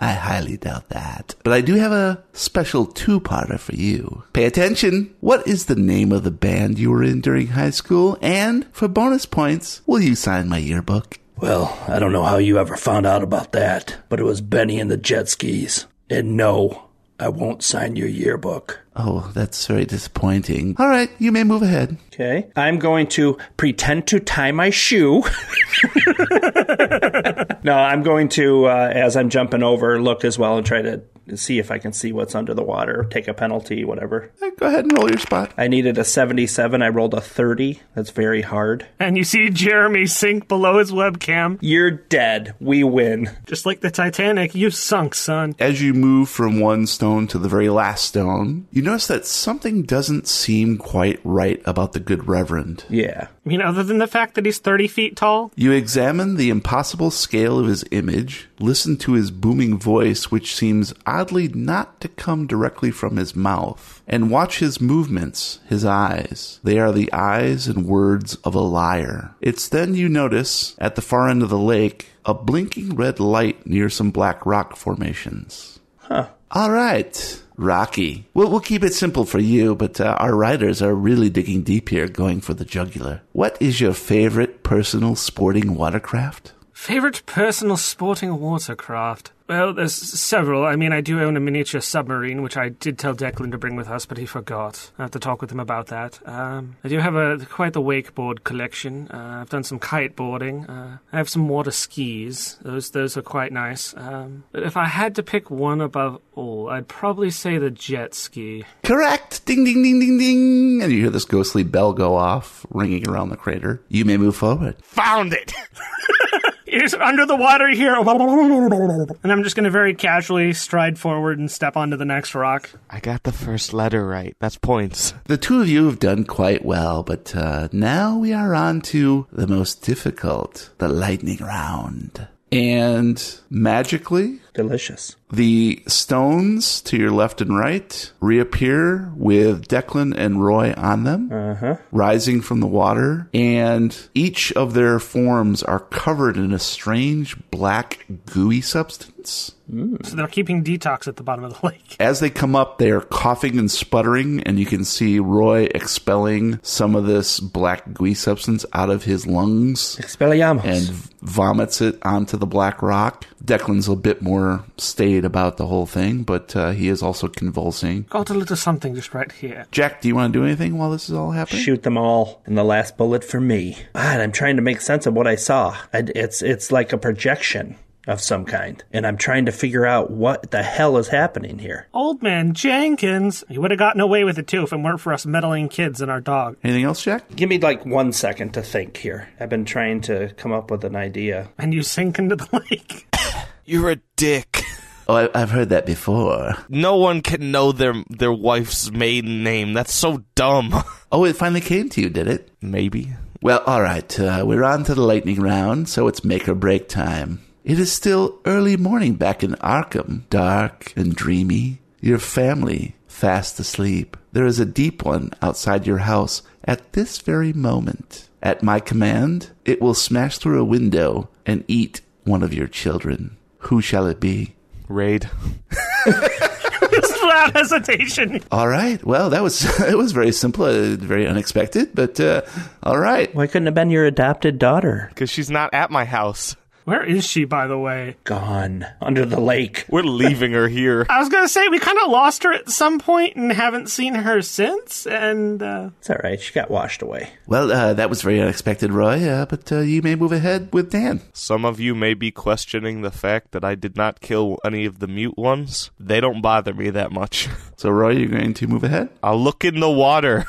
Speaker 2: I highly doubt that. But I do have a special two parter for you. Pay attention. What is the name of the band you were in during high school? And for bonus points, will you sign my yearbook?
Speaker 5: Well, I don't know how you ever found out about that, but it was Benny and the jet skis. And no, I won't sign your yearbook.
Speaker 2: Oh, that's very disappointing. All right, you may move ahead.
Speaker 3: Okay. I'm going to pretend to tie my shoe. no, I'm going to, uh, as I'm jumping over, look as well and try to see if I can see what's under the water, take a penalty, whatever.
Speaker 2: Eh, Go ahead and roll your spot.
Speaker 3: I needed a 77. I rolled a 30. That's very hard.
Speaker 4: And you see Jeremy sink below his webcam.
Speaker 3: You're dead. We win.
Speaker 4: Just like the Titanic, you sunk, son.
Speaker 2: As you move from one stone to the very last stone, you notice that something doesn't seem quite right about the good reverend.
Speaker 3: Yeah.
Speaker 4: I mean, other than the fact that he's 30 feet tall,
Speaker 2: You examine the impossible scale of his image, listen to his booming voice, which seems oddly not to come directly from his mouth, and watch his movements, his eyes. They are the eyes and words of a liar. It's then you notice, at the far end of the lake, a blinking red light near some black rock formations. Huh. All right. Rocky. We'll, we'll keep it simple for you, but uh, our writers are really digging deep here, going for the jugular. What is your favorite personal sporting watercraft?
Speaker 4: Favorite personal sporting watercraft? Well, there's several. I mean, I do own a miniature submarine, which I did tell Declan to bring with us, but he forgot. I have to talk with him about that. Um, I do have a quite the wakeboard collection. Uh, I've done some kiteboarding. Uh, I have some water skis. Those those are quite nice. Um, but if I had to pick one above all, I'd probably say the jet ski.
Speaker 2: Correct! Ding, ding, ding, ding, ding! And you hear this ghostly bell go off, ringing around the crater. You may move forward.
Speaker 6: Found it.
Speaker 4: It's under the water here, and I'm just going to very casually stride forward and step onto the next rock.
Speaker 6: I got the first letter right. That's points.
Speaker 2: The two of you have done quite well, but uh, now we are on to the most difficult, the lightning round. And magically,
Speaker 3: Delicious.
Speaker 2: The stones to your left and right reappear with Declan and Roy on them, rising from the water, and each of their forms are covered in a strange black gooey substance.
Speaker 4: So they're keeping detox at the bottom of the lake.
Speaker 2: As they come up, they are coughing and sputtering, and you can see Roy expelling some of this black gooey substance out of his lungs
Speaker 3: Expelliarmus.
Speaker 2: and v- vomits it onto the black rock. Declan's a bit more staid about the whole thing, but uh, he is also convulsing.
Speaker 4: Got a little something just right here.
Speaker 2: Jack, do you want to do anything while this is all happening?
Speaker 3: Shoot them all, and the last bullet for me. God, I'm trying to make sense of what I saw. I, it's it's like a projection of some kind, and I'm trying to figure out what the hell is happening here.
Speaker 4: Old man Jenkins. He would have gotten away with it too if it weren't for us meddling kids and our dog.
Speaker 2: Anything else, Jack?
Speaker 3: Give me like one second to think here. I've been trying to come up with an idea.
Speaker 4: And you sink into the lake.
Speaker 6: You're a dick.
Speaker 2: Oh, I, I've heard that before.
Speaker 6: No one can know their their wife's maiden name. That's so dumb.
Speaker 2: Oh, it finally came to you, did it?
Speaker 6: Maybe.
Speaker 2: Well, all right. Uh, we're on to the lightning round, so it's make or break time. It is still early morning back in Arkham, dark and dreamy. Your family fast asleep. There is a deep one outside your house at this very moment. At my command, it will smash through a window and eat one of your children. Who shall it be?
Speaker 6: Raid.
Speaker 4: just without hesitation.
Speaker 2: All right. Well, that was it was very simple, uh, very unexpected, but uh, all right.
Speaker 3: Why couldn't it have been your adopted daughter?
Speaker 6: Because she's not at my house.
Speaker 4: Where is she, by the way?
Speaker 3: Gone under the lake.
Speaker 6: We're leaving her here.
Speaker 4: I was going to say, we kind of lost her at some point and haven't seen her since. And, uh,
Speaker 3: It's all right. She got washed away.
Speaker 2: Well, uh, that was very unexpected, Roy. Uh, but uh, you may move ahead with Dan.
Speaker 6: Some of you may be questioning the fact that I did not kill any of the mute ones. They don't bother me that much.
Speaker 2: So, Roy, you're going to move ahead.
Speaker 6: I'll look in the water.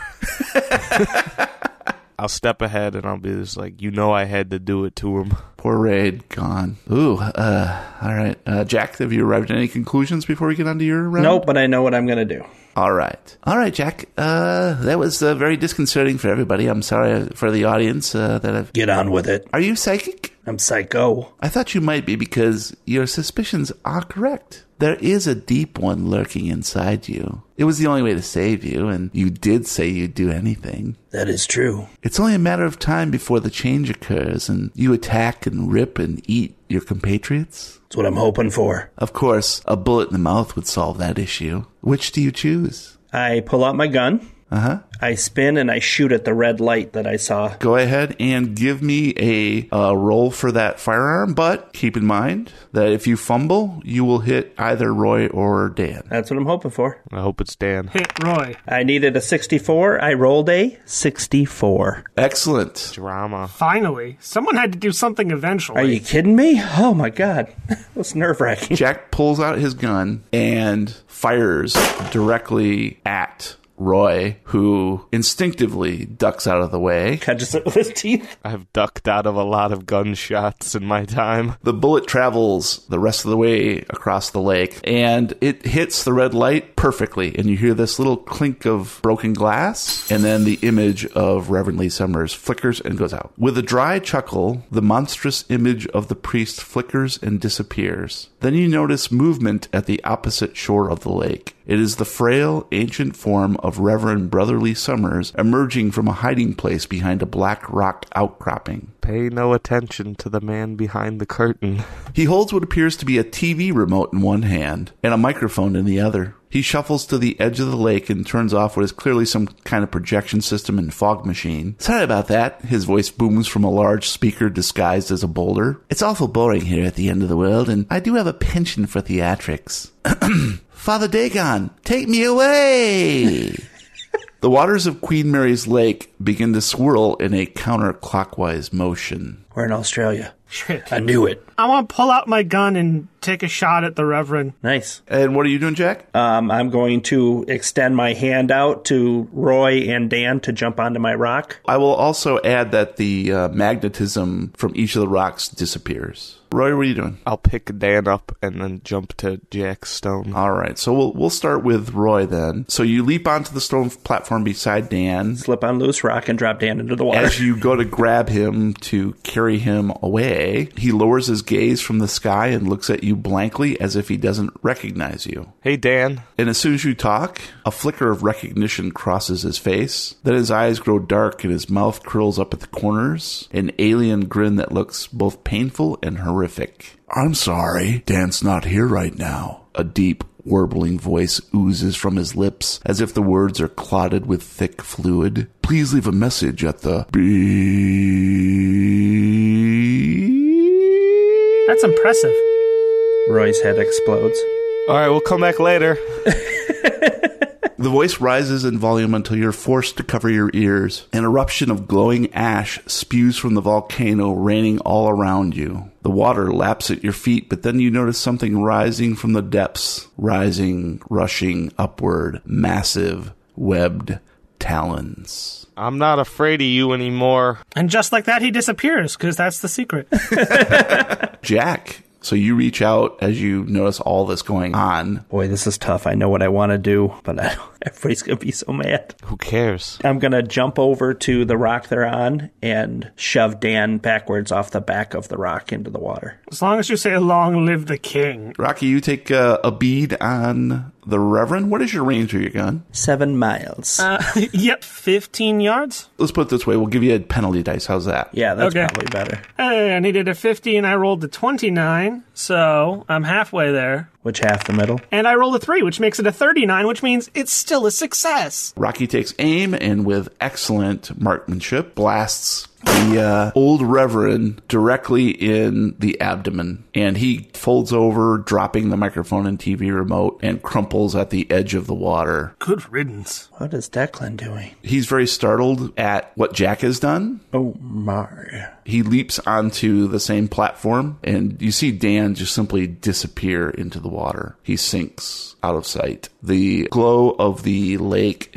Speaker 6: I'll step ahead and I'll be just like, you know, I had to do it to him.
Speaker 2: Poor raid gone. Ooh. Uh, all right, uh, Jack. Have you arrived at any conclusions before we get onto your round?
Speaker 3: Nope, but I know what I'm going to do.
Speaker 2: All right. All right, Jack. Uh, that was uh, very disconcerting for everybody. I'm sorry for the audience uh, that I've.
Speaker 3: Get on with it.
Speaker 2: Are you psychic?
Speaker 3: I'm psycho.
Speaker 2: I thought you might be because your suspicions are correct. There is a deep one lurking inside you. It was the only way to save you, and you did say you'd do anything.
Speaker 3: That is true.
Speaker 2: It's only a matter of time before the change occurs and you attack and rip and eat your compatriots.
Speaker 3: That's what I'm hoping for.
Speaker 2: Of course, a bullet in the mouth would solve that issue. Which do you choose?
Speaker 3: I pull out my gun I spin and I shoot at the red light that I saw.
Speaker 2: Go ahead and give me a uh, roll for that firearm, but keep in mind that if you fumble, you will hit either Roy or Dan.
Speaker 3: That's what I'm hoping for.
Speaker 6: I hope it's Dan.
Speaker 4: Hit Roy.
Speaker 3: I needed a 64. I rolled a 64.
Speaker 2: Excellent.
Speaker 6: Drama.
Speaker 4: Finally, someone had to do something eventually.
Speaker 3: Are you kidding me? Oh my god. That was nerve wracking.
Speaker 2: Jack pulls out his gun and fires directly at Roy, who instinctively ducks out of the way.
Speaker 3: Catches it with his teeth.
Speaker 6: I've ducked out of a lot of gunshots in my time.
Speaker 2: The bullet travels the rest of the way across the lake and it hits the red light perfectly. And you hear this little clink of broken glass, and then the image of Reverend Lee Summers flickers and goes out. With a dry chuckle, the monstrous image of the priest flickers and disappears. Then you notice movement at the opposite shore of the lake. It is the frail, ancient form of Reverend Brotherly Summers emerging from a hiding place behind a black rock outcropping.
Speaker 6: Pay no attention to the man behind the curtain.
Speaker 2: He holds what appears to be a TV remote in one hand and a microphone in the other. He shuffles to the edge of the lake and turns off what is clearly some kind of projection system and fog machine. Sorry about that, his voice booms from a large speaker disguised as a boulder. It's awful boring here at the end of the world, and I do have a penchant for theatrics. Father Dagon, take me away! the waters of Queen Mary's Lake begin to swirl in a counterclockwise motion.
Speaker 5: We're in Australia.
Speaker 4: Shit.
Speaker 5: I knew it.
Speaker 4: I want to pull out my gun and take a shot at the Reverend.
Speaker 3: Nice.
Speaker 2: And what are you doing, Jack?
Speaker 3: Um, I'm going to extend my hand out to Roy and Dan to jump onto my rock.
Speaker 2: I will also add that the uh, magnetism from each of the rocks disappears. Roy, what are you doing?
Speaker 6: I'll pick Dan up and then jump to Jack's stone.
Speaker 2: All right, so we'll we'll start with Roy then. So you leap onto the stone platform beside Dan.
Speaker 3: Slip on loose rock and drop Dan into the water.
Speaker 2: As you go to grab him to carry him away, he lowers his gaze from the sky and looks at you blankly as if he doesn't recognize you.
Speaker 6: Hey, Dan.
Speaker 2: And as soon as you talk, a flicker of recognition crosses his face. Then his eyes grow dark and his mouth curls up at the corners, an alien grin that looks both painful and horrific. I'm sorry, Dan's not here right now. A deep, warbling voice oozes from his lips as if the words are clotted with thick fluid. Please leave a message at the beep.
Speaker 4: That's impressive.
Speaker 3: Roy's head explodes.
Speaker 6: All right, we'll come back later.
Speaker 2: The voice rises in volume until you're forced to cover your ears. An eruption of glowing ash spews from the volcano, raining all around you. The water laps at your feet, but then you notice something rising from the depths, rising, rushing upward, massive, webbed talons.
Speaker 6: I'm not afraid of you anymore.
Speaker 4: And just like that, he disappears because that's the secret.
Speaker 2: Jack, so you reach out as you notice all this going on.
Speaker 3: Boy, this is tough. I know what I want to do, but I don't, everybody's going to be so mad.
Speaker 6: Who cares?
Speaker 3: I'm going to jump over to the rock they're on and shove Dan backwards off the back of the rock into the water.
Speaker 4: as long as you say "Long live the king,"
Speaker 2: Rocky, you take uh, a bead on the Reverend. What is your range of your gun?
Speaker 3: Seven miles.
Speaker 4: Uh, yep, fifteen yards.
Speaker 2: Let's put it this way we'll give you a penalty dice. How's that?
Speaker 3: yeah, that's
Speaker 4: okay.
Speaker 3: probably better.
Speaker 4: Hey, I needed a fifty, and I rolled a twenty-nine, so I'm halfway there.
Speaker 3: Which half the middle?
Speaker 4: And I rolled a three, which makes it a thirty-nine, which means it's still a success.
Speaker 2: Rocky takes aim and with excellent marksmanship blasts the uh, old reverend directly in the abdomen and he folds over dropping the microphone and TV remote and crumples at the edge of the water.
Speaker 4: Good riddance.
Speaker 3: What is Declan doing?
Speaker 2: He's very startled at what Jack has done.
Speaker 3: Oh, my.
Speaker 2: He leaps onto the same platform and you see Dan just simply disappear into the water. He sinks out of sight. The glow of the lake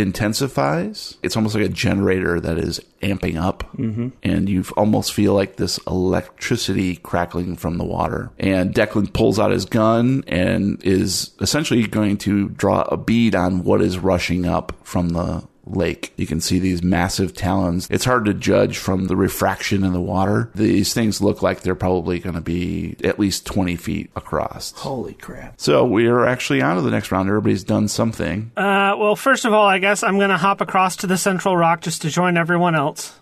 Speaker 2: intensifies. It's almost like a generator that is amping up and you almost feel like this electricity crackling from the water. And Declan pulls out his gun and is essentially going to draw a bead on what is rushing up from the lake. You can see these massive talons. It's hard to judge from the refraction in the water. These things look like they're probably going to be at least 20 feet across.
Speaker 5: Holy crap.
Speaker 2: So we are actually on to the next round. Everybody's done something.
Speaker 4: Uh, well, first of all, I guess I'm gonna hop across to the central rock just to join everyone else.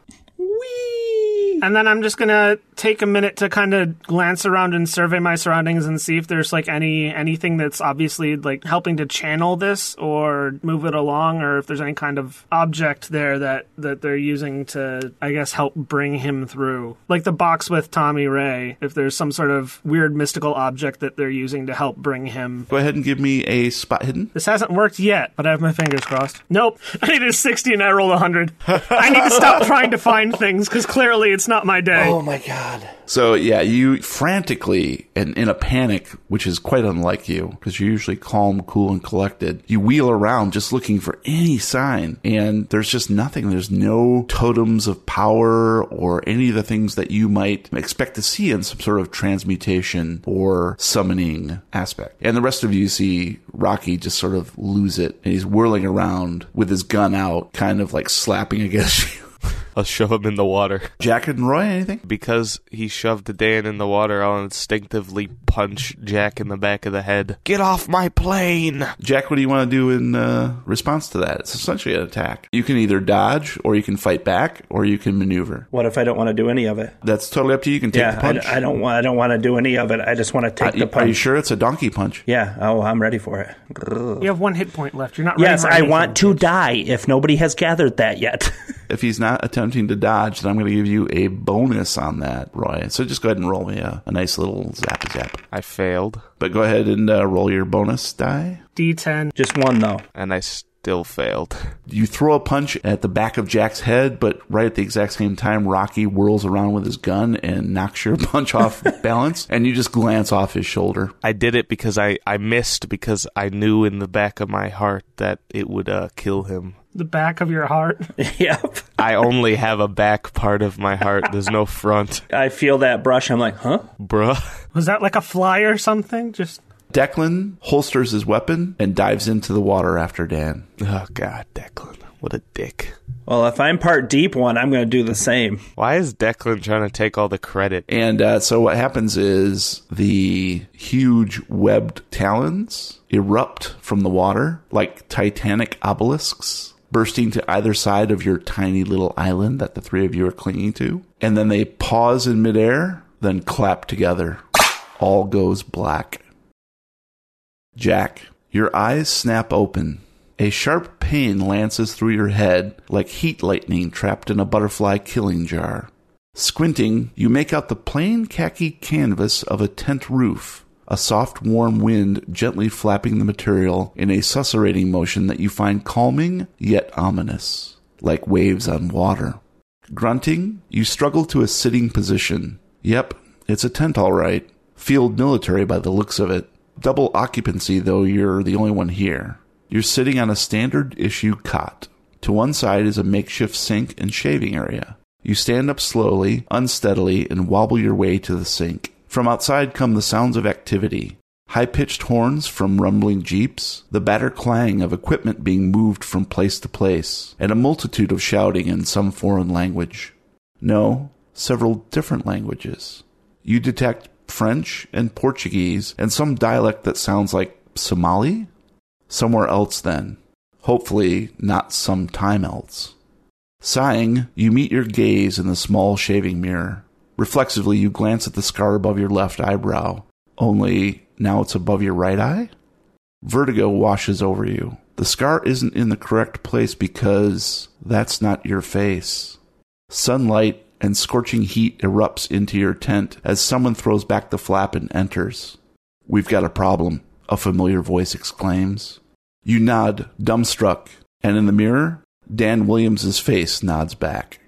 Speaker 4: And then I'm just gonna take a minute to kind of glance around and survey my surroundings and see if there's like any anything that's obviously like helping to channel this or move it along, or if there's any kind of object there that that they're using to, I guess, help bring him through. Like the box with Tommy Ray. If there's some sort of weird mystical object that they're using to help bring him.
Speaker 2: Go ahead and give me a spot hidden.
Speaker 4: This hasn't worked yet, but I have my fingers crossed. Nope. I needed a 60 and I rolled a 100. I need to stop trying to find things because clearly it's not my day.
Speaker 5: my god.
Speaker 2: So yeah, you frantically and in a panic, which is quite unlike you because you're usually calm, cool, and collected. You wheel around just looking for any sign, and there's just nothing. There's no totems of power or any of the things that you might expect to see in some sort of transmutation or summoning aspect. And the rest of you see Rocky just sort of lose it, and he's whirling around with his gun out, kind of like slapping against you.
Speaker 6: I'll shove him in the water.
Speaker 2: Jack and Roy, anything?
Speaker 6: Because he shoved Dan in the water, I'll instinctively punch Jack in the back of the head. Get off my plane!
Speaker 2: Jack, what do you want to do in uh, response to that? It's essentially an attack. You can either dodge, or you can fight back, or you can maneuver.
Speaker 3: What if I don't want to do any of it?
Speaker 2: That's totally up to you. You can take
Speaker 3: yeah,
Speaker 2: the
Speaker 3: I,
Speaker 2: punch. Uh,
Speaker 3: I don't want. I don't want to do any of it. I just want to take the punch.
Speaker 2: Are you sure it's a donkey punch?
Speaker 3: Yeah. Oh, I'm ready for it. Grr.
Speaker 4: You have one hit point left. You're not ready
Speaker 3: Yes,
Speaker 4: for
Speaker 3: I
Speaker 4: anything.
Speaker 3: want to die. If nobody has gathered that yet.
Speaker 2: If he's not attempting to dodge, then I'm going to give you a bonus on that, Roy. So just go ahead and roll me a, a nice little zappy zap.
Speaker 6: I failed,
Speaker 2: But go ahead and uh, roll your bonus die.
Speaker 4: D10.
Speaker 3: just one though.
Speaker 6: and I still failed.
Speaker 2: You throw a punch at the back of Jack's head, but right at the exact same time, Rocky whirls around with his gun and knocks your punch off balance, and you just glance off his shoulder.
Speaker 6: I did it because I, I missed because I knew in the back of my heart that it would uh, kill him.
Speaker 4: The back of your heart.
Speaker 3: yep.
Speaker 6: I only have a back part of my heart. There's no front,
Speaker 3: I feel that brush. I'm like, huh?
Speaker 6: bruh.
Speaker 4: Was that like a fly or something? Just
Speaker 2: Declan holsters his weapon and dives into the water after Dan.
Speaker 6: Oh God, Declan, what a dick!
Speaker 3: Well, if I'm part deep one, I'm going to do the same.
Speaker 6: Why is Declan trying to take all the credit?
Speaker 2: And uh, so what happens is the huge webbed talons erupt from the water like titanic obelisks, bursting to either side of your tiny little island that the three of you are clinging to. And then they pause in midair, then clap together. All goes black. Jack, your eyes snap open. A sharp pain lances through your head like heat lightning trapped in a butterfly killing jar. Squinting, you make out the plain khaki canvas of a tent roof, a soft warm wind gently flapping the material in a susurrating motion that you find calming yet ominous, like waves on water. Grunting, you struggle to a sitting position. Yep, it's a tent all right. Field military by the looks of it. Double occupancy, though you're the only one here. You're sitting on a standard issue cot. To one side is a makeshift sink and shaving area. You stand up slowly, unsteadily, and wobble your way to the sink. From outside come the sounds of activity high pitched horns from rumbling jeeps, the batter clang of equipment being moved from place to place, and a multitude of shouting in some foreign language. No, several different languages. You detect French and Portuguese and some dialect that sounds like Somali? Somewhere else, then. Hopefully, not sometime else. Sighing, you meet your gaze in the small shaving mirror. Reflexively, you glance at the scar above your left eyebrow, only now it's above your right eye? Vertigo washes over you. The scar isn't in the correct place because that's not your face. Sunlight and scorching heat erupts into your tent as someone throws back the flap and enters. We've got a problem, a familiar voice exclaims. You nod, dumbstruck, and in the mirror, Dan Williams's face nods back.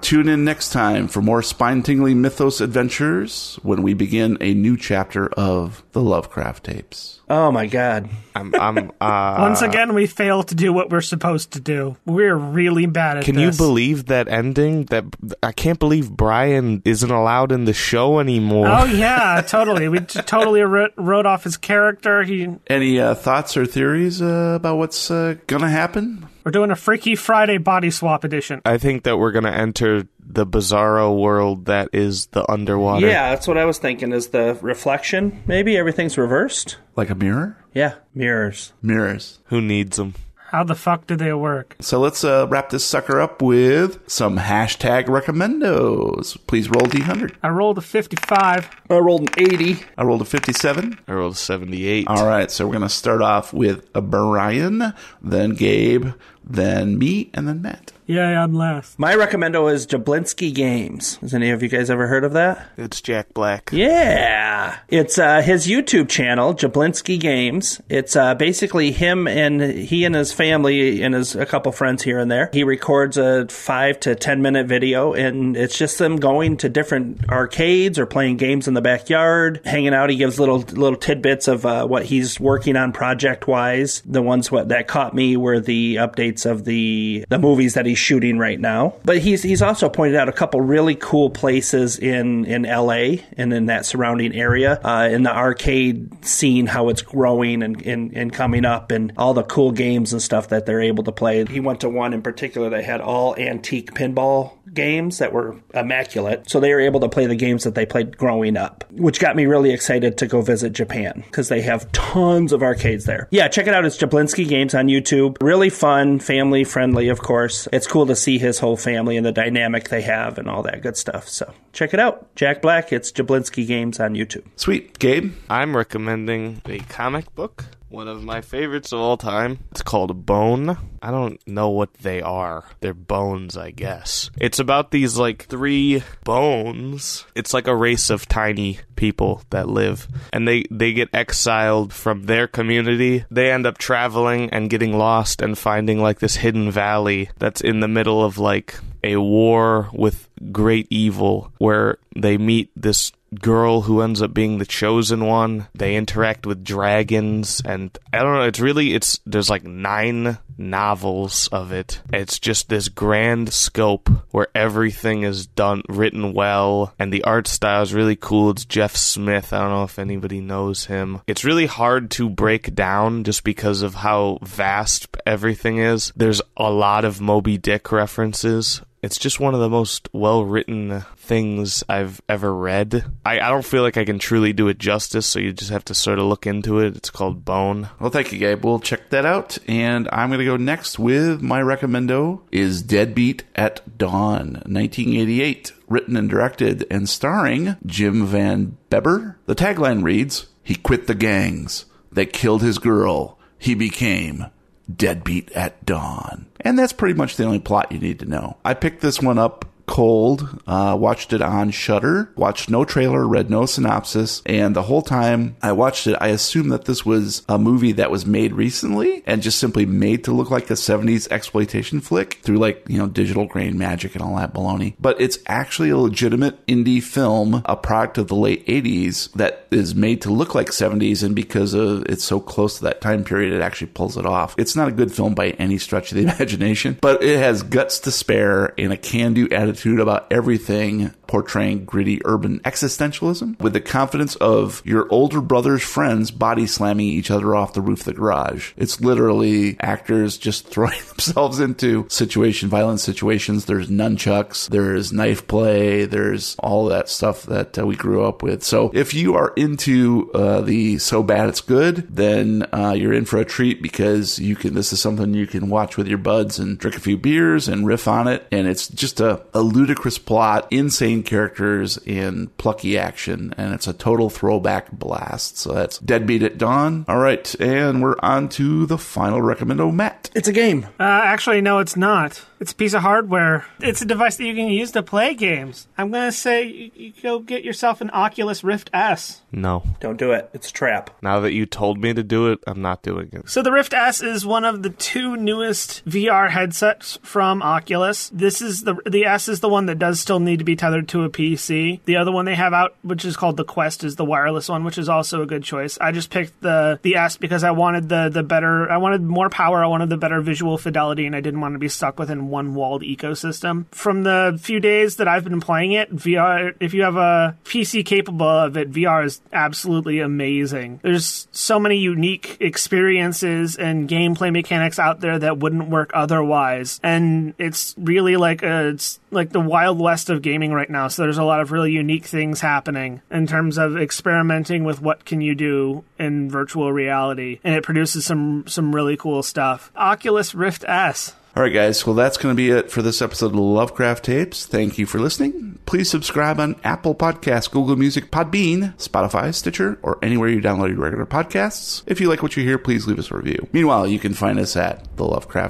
Speaker 2: Tune in next time for more spine tingling mythos adventures when we begin a new chapter of the Lovecraft tapes.
Speaker 3: Oh my god.
Speaker 6: I'm I'm uh.
Speaker 4: once again, we fail to do what we're supposed to do. We're really bad at
Speaker 6: Can you
Speaker 4: this.
Speaker 6: believe that ending? That I can't believe Brian isn't allowed in the show anymore.
Speaker 4: Oh yeah, totally. We t- totally wrote, wrote off his character. He
Speaker 2: Any uh, thoughts or theories uh, about what's uh, gonna happen?
Speaker 4: we're doing a Freaky Friday body swap edition.
Speaker 6: I think that we're gonna enter the bizarro world that is the underwater.
Speaker 3: Yeah, that's what I was thinking is the reflection. Maybe everything's reversed.
Speaker 2: Like a mirror?
Speaker 3: Yeah, mirrors.
Speaker 2: Mirrors.
Speaker 6: Who needs them?
Speaker 4: How the fuck do they work?
Speaker 2: So let's uh, wrap this sucker up with some hashtag recommendos. Please roll D100.
Speaker 4: I rolled a 55.
Speaker 5: I rolled an 80.
Speaker 2: I rolled a 57.
Speaker 6: I rolled a 78.
Speaker 2: All right, so we're going to start off with a Brian, then Gabe, then me, and then Matt.
Speaker 4: Yay, I'm last.
Speaker 3: My recommendo is Jablinski Games. Has any of you guys ever heard of that?
Speaker 6: It's Jack Black.
Speaker 3: Yeah. It's uh, his YouTube channel, Jablinski Games. It's uh, basically him and he and his family and his a couple friends here and there. He records a five to ten minute video, and it's just them going to different arcades or playing games in the backyard, hanging out. He gives little little tidbits of uh, what he's working on project wise. The ones what that caught me were the updates of the the movies that he's shooting right now. But he's he's also pointed out a couple really cool places in in LA and in that surrounding area uh, in the arcade scene, how it's growing and, and and coming up, and all the cool games and stuff that they're able to play. He went to one in particular that had all antique pinball games that were immaculate. So they were able to play the games that they played growing up, which got me really excited to go visit Japan because they have tons of arcades there. Yeah, check it out. It's Jablinski Games on YouTube. Really fun, family friendly, of course. It's cool to see his whole family and the dynamic they have and all that good stuff. So check it out. Jack Black, it's Jablinski Games on YouTube.
Speaker 2: Sweet. Gabe?
Speaker 6: I'm recommending a comic book, one of my favorites of all time. It's called Bone. I don't know what they are. They're bones, I guess. It's about these like three bones. It's like a race of tiny people that live and they they get exiled from their community. They end up traveling and getting lost and finding like this hidden valley that's in the middle of like a war with great evil where they meet this girl who ends up being the chosen one. They interact with dragons and I don't know, it's really it's there's like 9 novels of it. It's just this grand scope where everything is done written well and the art style is really cool. It's Jeff Smith. I don't know if anybody knows him. It's really hard to break down just because of how vast everything is. There's a lot of Moby Dick references it's just one of the most well written things I've ever read. I, I don't feel like I can truly do it justice, so you just have to sort of look into it. It's called Bone.
Speaker 2: Well, thank you, Gabe. We'll check that out. And I'm going to go next with my recommendo is Deadbeat at Dawn, 1988, written and directed and starring Jim Van Beber. The tagline reads, He quit the gangs. They killed his girl. He became Deadbeat at Dawn. And that's pretty much the only plot you need to know. I picked this one up cold, uh, watched it on Shutter, watched no trailer, read no synopsis, and the whole time I watched it, I assumed that this was a movie that was made recently and just simply made to look like a 70s exploitation flick through like, you know, digital grain magic and all that baloney. But it's actually a legitimate indie film, a product of the late 80s that is made to look like 70s and because of it's so close to that time period, it actually pulls it off. It's not a good film by any stretch of the imagination, but it has guts to spare and a can-do attitude attitude about everything portraying gritty urban existentialism with the confidence of your older brother's friends body slamming each other off the roof of the garage. It's literally actors just throwing themselves into situation, violent situations. There's nunchucks, there's knife play, there's all that stuff that uh, we grew up with. So if you are into uh, the so bad it's good, then uh, you're in for a treat because you can, this is something you can watch with your buds and drink a few beers and riff on it. And it's just a, a ludicrous plot, insane characters, and plucky action, and it's a total throwback blast. So that's Deadbeat at Dawn. All right, and we're on to the final recommendo, Matt.
Speaker 3: It's a game.
Speaker 4: Uh, actually, no, it's not. It's a piece of hardware. It's a device that you can use to play games. I'm gonna say you, you go get yourself an Oculus Rift S.
Speaker 6: No.
Speaker 3: Don't do it. It's a trap.
Speaker 6: Now that you told me to do it, I'm not doing it.
Speaker 4: So the Rift S is one of the two newest VR headsets from Oculus. This is the the S is the one that does still need to be tethered to a PC. The other one they have out, which is called the Quest, is the wireless one, which is also a good choice. I just picked the the S because I wanted the the better, I wanted more power, I wanted the better visual fidelity, and I didn't want to be stuck within one walled ecosystem. From the few days that I've been playing it, VR, if you have a PC capable of it, VR is absolutely amazing. There's so many unique experiences and gameplay mechanics out there that wouldn't work otherwise, and it's really like a it's like like the wild west of gaming right now. So there's a lot of really unique things happening in terms of experimenting with what can you do in virtual reality, and it produces some some really cool stuff. Oculus Rift S.
Speaker 2: All right, guys. Well, that's going to be it for this episode of Lovecraft Tapes. Thank you for listening. Please subscribe on Apple Podcasts, Google Music, Podbean, Spotify, Stitcher, or anywhere you download your regular podcasts. If you like what you hear, please leave us a review. Meanwhile, you can find us at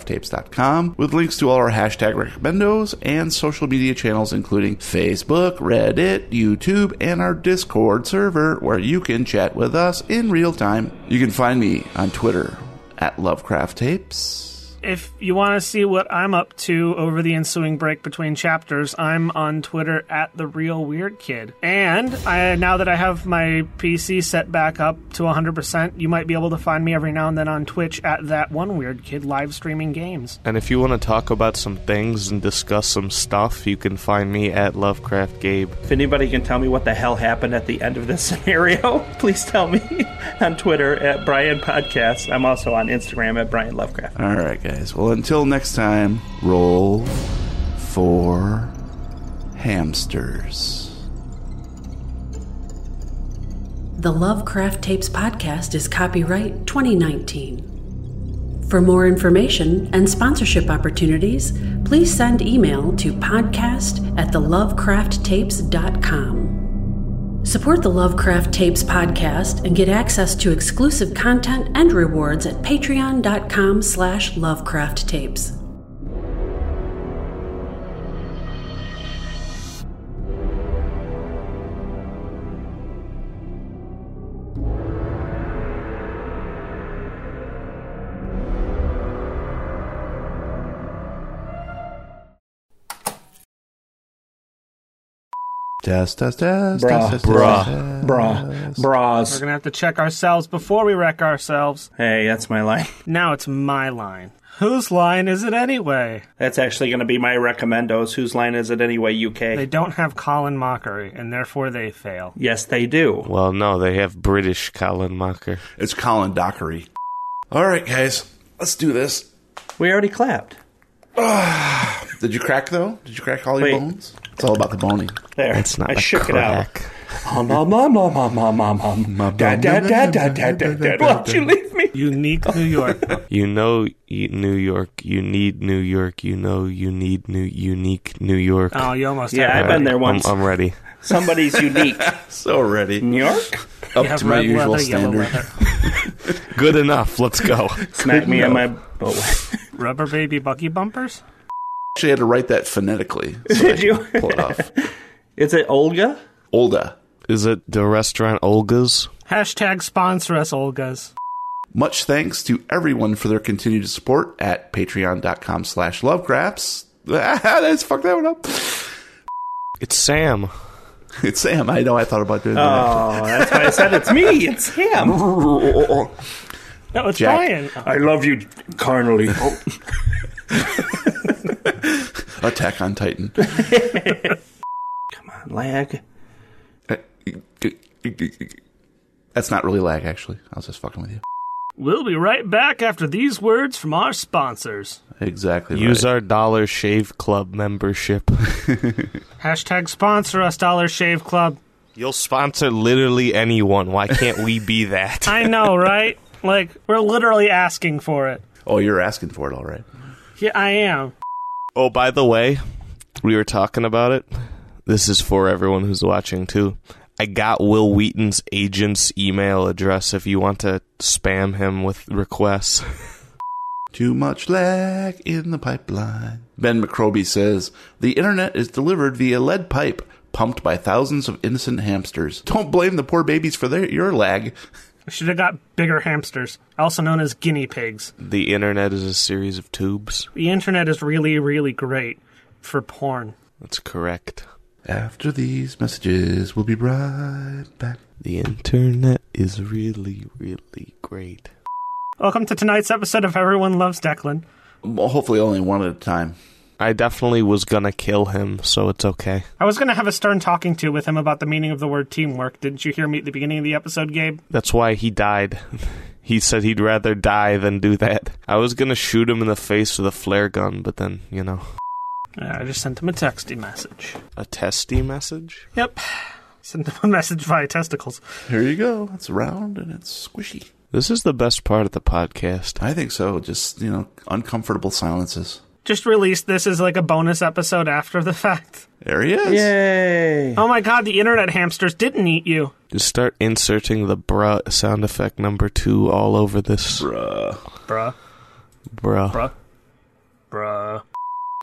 Speaker 2: thelovecrafttapes.com with links to all our hashtag recommendos and social media channels, including Facebook, Reddit, YouTube, and our Discord server, where you can chat with us in real time. You can find me on Twitter at Lovecraft Tapes.
Speaker 4: If you want to see what I'm up to over the ensuing break between chapters, I'm on Twitter at the real weird kid. And I, now that I have my PC set back up to 100%, you might be able to find me every now and then on Twitch at that one weird kid live streaming games.
Speaker 6: And if you want to talk about some things and discuss some stuff, you can find me at Lovecraft Gabe.
Speaker 3: If anybody can tell me what the hell happened at the end of this scenario, please tell me on Twitter at Brian Podcast. I'm also on Instagram at Brian Lovecraft.
Speaker 2: All right, guys. Well, until next time, roll for hamsters.
Speaker 7: The Lovecraft Tapes podcast is copyright 2019. For more information and sponsorship opportunities, please send email to podcast at thelovecrafttapes.com. Support the Lovecraft Tapes podcast and get access to exclusive content and rewards at patreon.com slash lovecrafttapes.
Speaker 2: Test, test, test.
Speaker 5: Bruh,
Speaker 2: test, test,
Speaker 5: bruh,
Speaker 2: test,
Speaker 5: bruh,
Speaker 2: test.
Speaker 4: We're
Speaker 5: bras.
Speaker 4: going to have to check ourselves before we wreck ourselves.
Speaker 3: Hey, that's my line.
Speaker 4: Now it's my line. Whose line is it anyway?
Speaker 3: That's actually going to be my recommendos. Whose line is it anyway,
Speaker 4: They
Speaker 3: UK?
Speaker 4: don't have Colin Mockery, and therefore they fail.
Speaker 3: Yes, they do.
Speaker 6: Well, no, they have British Colin Mocker.
Speaker 2: It's Colin Dockery. All right, guys. Let's do this.
Speaker 3: We already clapped.
Speaker 2: Did you crack, though? Did you crack all your
Speaker 3: Wait.
Speaker 2: bones? It's all about the boning.
Speaker 3: There.
Speaker 6: That's not
Speaker 3: I
Speaker 6: a
Speaker 3: shook it out.
Speaker 6: crack.
Speaker 5: Hum, hum, hum, hum, hum, hum, hum, hum. Da, da, da, da, da, da, da.
Speaker 3: Why'd you leave me?
Speaker 4: Unique New York.
Speaker 6: You know y- New York. You need New York. You know you need new unique New York.
Speaker 4: Oh, you almost
Speaker 3: Yeah,
Speaker 4: had
Speaker 3: I've
Speaker 4: it.
Speaker 3: been there
Speaker 6: I'm-
Speaker 3: once.
Speaker 6: I'm, ready.
Speaker 3: Somebody's unique.
Speaker 2: So ready.
Speaker 3: New York?
Speaker 2: Up
Speaker 4: You have
Speaker 2: to my
Speaker 4: red
Speaker 2: usual
Speaker 4: leather, yellow
Speaker 2: standard.
Speaker 4: leather.
Speaker 6: Good enough. Let's go.
Speaker 3: Smack me on my. Oh,
Speaker 4: Rubber baby bucky bumpers?
Speaker 2: Actually, I had to write that phonetically. So
Speaker 3: Did
Speaker 2: I could
Speaker 3: you?
Speaker 2: Pull it off.
Speaker 3: is it Olga?
Speaker 2: Olda.
Speaker 6: Is it the restaurant Olga's?
Speaker 4: Hashtag sponsor us, Olgas.
Speaker 2: Much thanks to everyone for their continued support at patreon.com slash lovecrafts. Ah, I just fucked that one up.
Speaker 6: It's Sam.
Speaker 2: It's Sam. I know I thought about doing
Speaker 3: Oh, that's why I said it's me. It's him.
Speaker 2: that.
Speaker 4: No, it's
Speaker 2: Jack.
Speaker 4: Brian.
Speaker 5: I love you carnally.
Speaker 2: Attack on Titan.
Speaker 3: Lag.
Speaker 2: That's not really lag, actually. I was just fucking with you.
Speaker 4: We'll be right back after these words from our sponsors.
Speaker 2: Exactly.
Speaker 6: Use
Speaker 2: right.
Speaker 6: our Dollar Shave Club membership.
Speaker 4: Hashtag sponsor us, Dollar Shave Club.
Speaker 6: You'll sponsor literally anyone. Why can't we be that?
Speaker 4: I know, right? Like, we're literally asking for it.
Speaker 2: Oh, you're asking for it, all right.
Speaker 4: Yeah, I am.
Speaker 6: Oh, by the way, we were talking about it. This is for everyone who's watching too. I got Will Wheaton's agent's email address if you want to spam him with requests.
Speaker 2: Too much lag in the pipeline. Ben McCroby says the internet is delivered via lead pipe pumped by thousands of innocent hamsters. Don't blame the poor babies for their your lag.
Speaker 4: We should have got bigger hamsters, also known as guinea pigs.
Speaker 6: The internet is a series of tubes.
Speaker 4: The internet is really, really great for porn.
Speaker 6: That's correct.
Speaker 2: After these messages, we'll be right back.
Speaker 6: The internet is really, really great.
Speaker 4: Welcome to tonight's episode of Everyone Loves Declan.
Speaker 2: Well, hopefully, only one at a time.
Speaker 6: I definitely was gonna kill him, so it's okay.
Speaker 4: I was going to have a stern talking to with him about the meaning of the word teamwork. Didn't you hear me at the beginning of the episode, Gabe?
Speaker 6: That's why he died. he said he'd rather die than do that. I was gonna shoot him in the face with a flare gun, but then, you know.
Speaker 4: Uh, I just sent him a texty message.
Speaker 6: A testy message?
Speaker 4: Yep. Sent him a message via testicles.
Speaker 2: Here you go. It's round and it's squishy.
Speaker 6: This is the best part of the podcast.
Speaker 2: I think so. Just, you know, uncomfortable silences.
Speaker 4: Just released this as like a bonus episode after the fact.
Speaker 2: There he is.
Speaker 3: Yay!
Speaker 4: Oh my god, the internet hamsters didn't eat you.
Speaker 6: Just start inserting the bruh sound effect number two all over this.
Speaker 2: Bruh.
Speaker 4: Bruh,
Speaker 6: Bruh.
Speaker 4: bruh, bruh.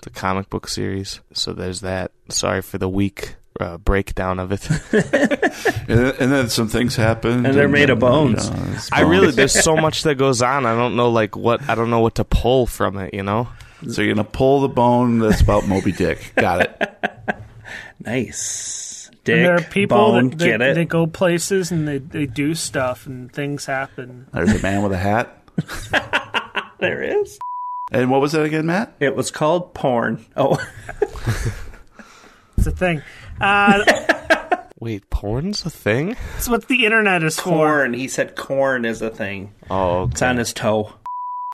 Speaker 6: The comic book series. So there's that. Sorry for the weak uh, breakdown of it.
Speaker 2: And, then- and then some things happened.
Speaker 3: And they're made
Speaker 2: then,
Speaker 3: of bones.
Speaker 2: you know, it's
Speaker 6: I really,
Speaker 2: bones.
Speaker 6: there's so much that goes on. I don't know, like, what, I don't know what to pull from it, you know?
Speaker 2: So you're going to pull the bone that's about Moby Dick. Got it.
Speaker 3: Nice.
Speaker 4: And
Speaker 3: Dick,
Speaker 4: there are people
Speaker 3: bone,
Speaker 4: that,
Speaker 3: get
Speaker 4: that-
Speaker 3: it?
Speaker 4: they go places and they, they do stuff and things happen.
Speaker 2: There's a man with a hat.
Speaker 3: there is.
Speaker 2: And what was that again, Matt?
Speaker 3: It was called porn. Oh,
Speaker 4: It's a thing. Uh,
Speaker 6: Wait, porn's a thing?
Speaker 4: that's what the internet is for.
Speaker 3: corn. He said corn is a thing.
Speaker 6: Oh,
Speaker 3: It's on his toe.